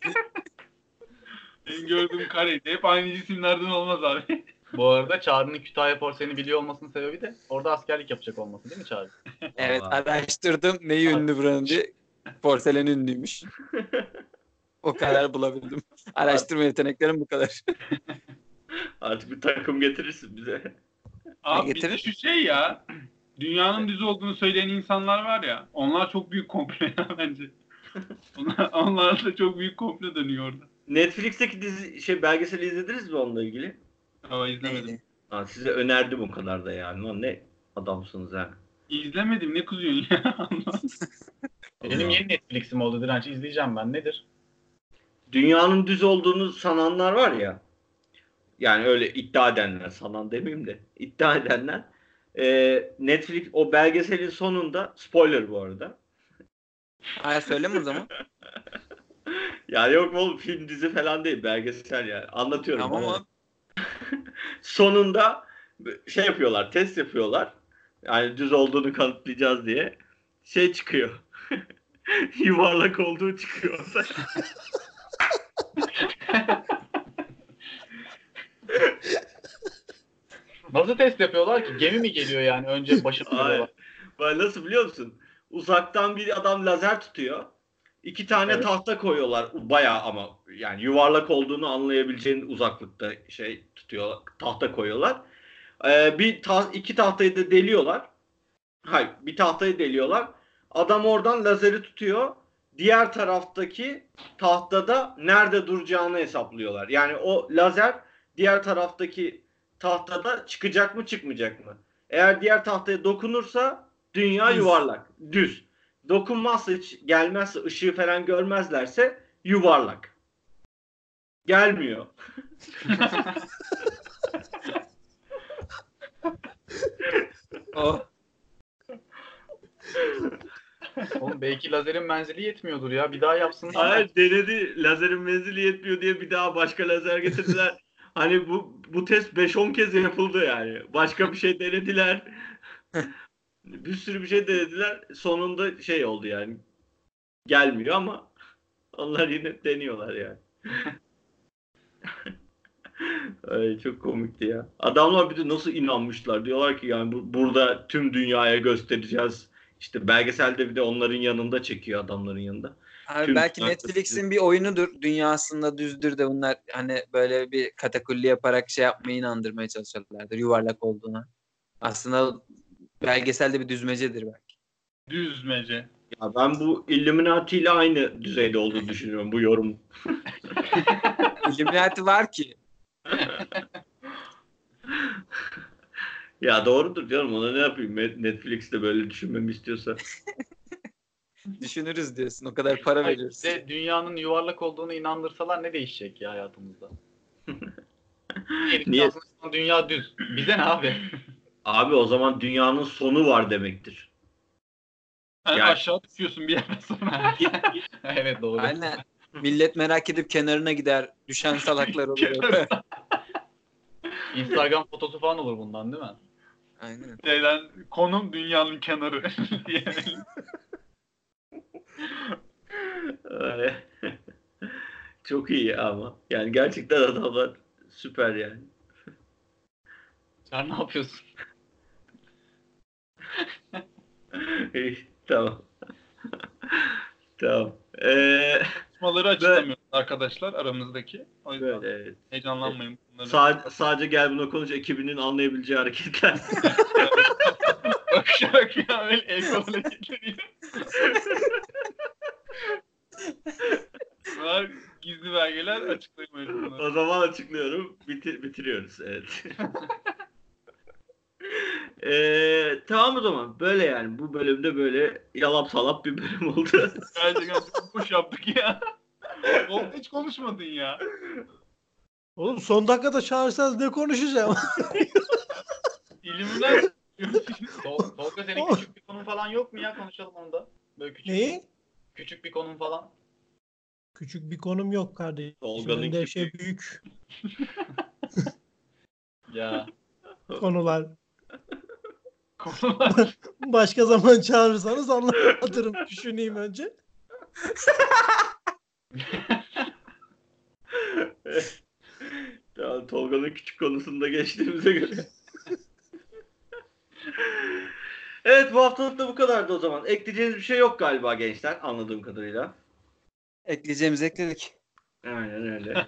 Benim gördüğüm kareydi. Hep aynı cisimlerden olmaz abi. Bu arada Çağrı'nın Kütahya Porseli'ni biliyor olmasının sebebi de orada askerlik yapacak olması değil mi Çağrı? Evet Vallahi. araştırdım. Neyi ünlü buranın diye. Porselen ünlüymüş. O kadar bulabildim. Araştırma yeteneklerim bu kadar. Artık bir takım getirirsin bize. Abi bir de getirir? şu şey ya. Dünyanın düz olduğunu söyleyen insanlar var ya. Onlar çok büyük komplo ya bence. Onlar, onlar da çok büyük komplo dönüyor orada. Netflix'teki dizi şey belgeseli izlediniz mi onunla ilgili? Ama izlemedim. Neydi? Ha, size önerdim o kadar da yani. Lan ne adamsınız ha. İzlemedim ne kızıyorsun ya. Benim yeni Netflix'im oldu Direnç. izleyeceğim ben. Nedir? dünyanın düz olduğunu sananlar var ya. Yani öyle iddia edenler, sanan demeyeyim de iddia edenler. e, Netflix o belgeselin sonunda spoiler bu arada. Hayır söyleme o zaman. Yani yok mu oğlum film dizi falan değil belgesel yani. Anlatıyorum. Tamam bana. abi. Sonunda şey yapıyorlar, test yapıyorlar. Yani düz olduğunu kanıtlayacağız diye. Şey çıkıyor. Yuvarlak olduğu çıkıyor. Nasıl test yapıyorlar ki? Gemi mi geliyor yani? Önce başına Hayır. vuruyorlar. Böyle nasıl biliyor musun? Uzaktan bir adam lazer tutuyor. İki tane Evet. tahta koyuyorlar. Bayağı ama yani yuvarlak olduğunu anlayabileceğin uzaklıkta şey tutuyorlar. Tahta koyuyorlar. Ee, bir ta- iki tahtayı da deliyorlar. Hayır, bir tahtayı deliyorlar. Adam oradan lazeri tutuyor. Diğer taraftaki tahtada nerede duracağını hesaplıyorlar. Yani o lazer diğer taraftaki tahtada çıkacak mı çıkmayacak mı? Eğer diğer tahtaya dokunursa dünya Düz. yuvarlak, düz. Dokunmazsa hiç gelmezse ışığı falan görmezlerse yuvarlak. Gelmiyor. Oh. Oğlum belki lazerin menzili yetmiyordur ya. Bir daha yapsınlar. Hayır denedi lazerin menzili yetmiyor diye bir daha başka lazer getirdiler. hani bu bu test 5-10 kez yapıldı yani. Başka bir şey denediler. bir sürü bir şey denediler. Sonunda şey oldu yani. Gelmiyor ama onlar yine deniyorlar yani. Ay, çok komikti ya. Adamlar bir de nasıl inanmışlar. Diyorlar ki yani bu- burada tüm dünyaya göstereceğiz. İşte belgeselde bir de onların yanında çekiyor adamların yanında. Abi Tüm belki dünya Netflix'in bir oyunudur. Dünyasında düzdür de bunlar hani böyle bir katakulli yaparak şey yapmayı inandırmaya çalışıyorlardır yuvarlak olduğuna. Aslında belgeselde bir düzmecedir belki. Düzmece. Ya ben bu Illuminati ile aynı düzeyde olduğunu düşünüyorum bu yorum. İlluminati var ki. Ya doğrudur canım ona ne yapayım Net- Netflix de böyle düşünmemi istiyorsa. Düşünürüz diyorsun. O kadar para Hayır, veriyoruz. bize dünyanın yuvarlak olduğunu inandırsalar ne değişecek ya hayatımızda? Herif Niye? yazmış, Dünya düz. Bize ne abi? Abi o zaman dünyanın sonu var demektir. Yani Yani- aşağı düşüyorsun bir yerden sonra. evet doğru. Aynen. Millet merak edip kenarına gider. Düşen salaklar oluyor. Instagram fotosu falan olur bundan değil mi? Aynen. Şeyden, konum dünyanın kenarı diye. Öyle. Çok iyi ama. Yani gerçekten adamlar süper yani. Sen ne yapıyorsun? İyi, tamam. tamam. Ee, Konuşmaları açıklamıyoruz arkadaşlar aramızdaki. O yüzden böyle. heyecanlanmayın. Bunları. Sa- sadece gel bunu konuş ekibinin anlayabileceği hareketler. bakışarak ya öyle el kol hareketleri. Bunlar gizli belgeler açıklamayın bunları. O zaman açıklıyorum. Biti- bitiriyoruz. Evet. Ee, tamam o zaman. Böyle yani. Bu bölümde böyle yalap salap bir bölüm oldu. Gerçekten çok boş yaptık ya. Oğlum hiç konuşmadın ya. Oğlum son dakikada çağırsanız ne konuşacağım? İlimler Tol- Tolga senin küçük bir konum falan yok mu ya? Konuşalım onu da. Böyle küçük, Neyi? küçük bir konum falan. Küçük bir konum yok kardeşim. Tolga'nın Benim de küçük- şey büyük Ya. konular. konular. Başka zaman çağırırsanız anlatırım. Düşüneyim önce. tamam, Tolga'nın küçük konusunda geçtiğimize göre. evet bu haftalık da bu kadardı o zaman. Ekleyeceğiniz bir şey yok galiba gençler anladığım kadarıyla. Ekleyeceğimiz ekledik. Aynen öyle.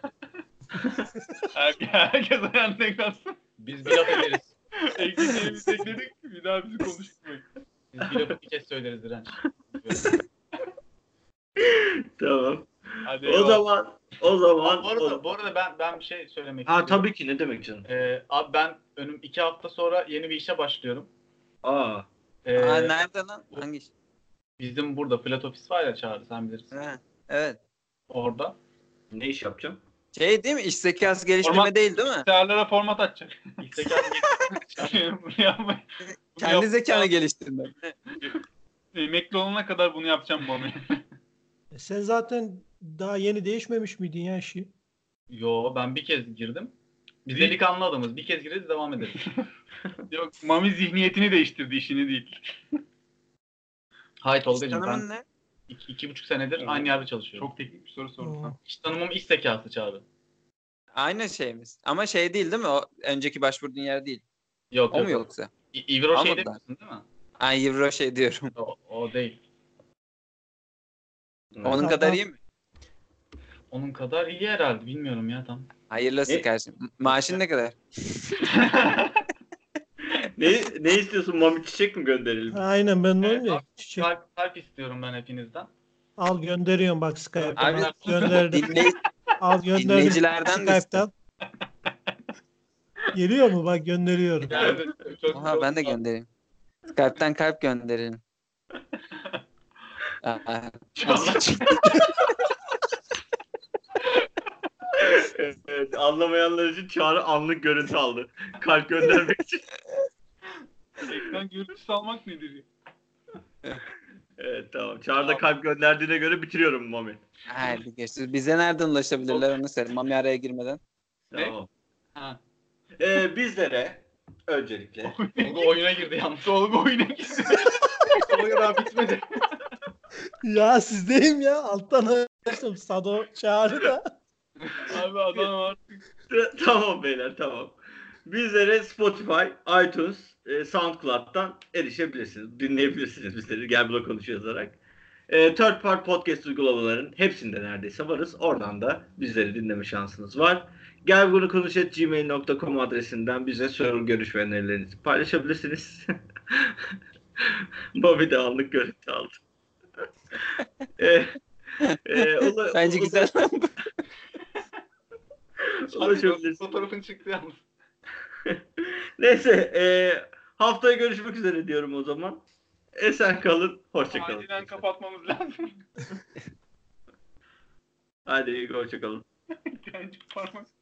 Herkes, herkes ayağını denk alsın. Biz bir laf ederiz. Eksiklerimizi ekledik. Bir daha bizi konuşturmayın. Biz bir lafı bir kez söyleriz direnç. tamam. Hadi O zaman o zaman bu, arada, bu arada ben ben bir şey söylemek Ha tabii ki ne demek canım. Ee, abi ben önüm iki hafta sonra yeni bir işe başlıyorum. Aa. Ee, Aa, nerede lan? Hangi? iş? bizim burada flat ofis var ya Çağrı sen bilirsin. Ha, evet. Orada. Ne iş yapacağım? Şey değil mi? İş zekası geliştirme Format- değil değil mi? Değerlere format atacak. İstekam bunu yapmayın. Bunu Kendi yap- zekanı geliştirme. Emekli olana kadar bunu yapacağım bu ameli. E Sen zaten daha yeni değişmemiş miydin ya işi? Yo ben bir kez girdim. Biz Bir- delikanlı adamız. Bir kez gireriz devam ederiz. Yok Mami zihniyetini değiştirdi işini değil. Hay İş Tolga'cığım ben tanımın ne? iki, iki buçuk senedir Evet. aynı yerde çalışıyorum. Çok teknik bir soru Hmm. sordum. İş tanımım iş zekası Çağrı. Aynı şeyimiz. Ama şey değil değil mi? O önceki başvurduğun yer değil. Yok O mu yok. yok. yoksa? İ- İvro şey Anladım. demiyorsun değil mi? Ay Euro şey diyorum. O, o değil. Onun Tamam, kadar tamam. iyi mi? Onun kadar iyi herhalde bilmiyorum ya tam. Hayırlısı Ne? kardeşim. Maaşın ne kadar? ne, ne istiyorsun? Mami çiçek mi gönderelim? Aynen ben de Evet, öyle. abi, Çiçek Kalp, kalp istiyorum ben hepinizden. al gönderiyorum bak Skype'dan. Abi- Al gönderdim. Dinley- Al gönderdim dinleyicilerden de Skype'dan. Geliyor mu? Bak gönderiyorum. Yani çok- Oha ben de göndereyim. Kalpten kalp gönderelim. Aa, İnşallah. evet, anlamayanlar için Çağrı anlık görüntü aldı. Kalp göndermek için. Ekran görüntüsü almak nedir ya? Evet tamam. Çağrı da kalp gönderdiğine göre bitiriyorum Mami. Hadi görüşürüz. Bize nereden ulaşabilirler onu söyle. Mami araya girmeden. Ne? Tamam. Ha. Ee, bizlere öncelikle Tolga oyuna girdi yalnız. Tolga oyuna girdi. Tolga daha bitmedi. ya sizdeyim ya. Alttan açtım. Sado çağrı da. Abi adam var. tamam beyler tamam. Bizlere Spotify, iTunes, e, SoundCloud'dan erişebilirsiniz. Dinleyebilirsiniz bizleri Gelbula Konuşu yazarak. E, third Part Podcast uygulamalarının hepsinde neredeyse varız. Oradan da bizleri dinleme şansınız var. Gelbula gmail.com adresinden bize soru, görüş ve önerilerinizi paylaşabilirsiniz. Bobby de anlık görüntü aldı. e, e, ula- Bence ula- güzel. ulaşabilirsiniz. Fotoğrafın çıktı yalnız. Neyse eee, haftaya görüşmek üzere diyorum o zaman. Esen kalın, hoşça kalın. Acilen kapatmamız lazım. Hadi hoşça kalın. Yani parmak.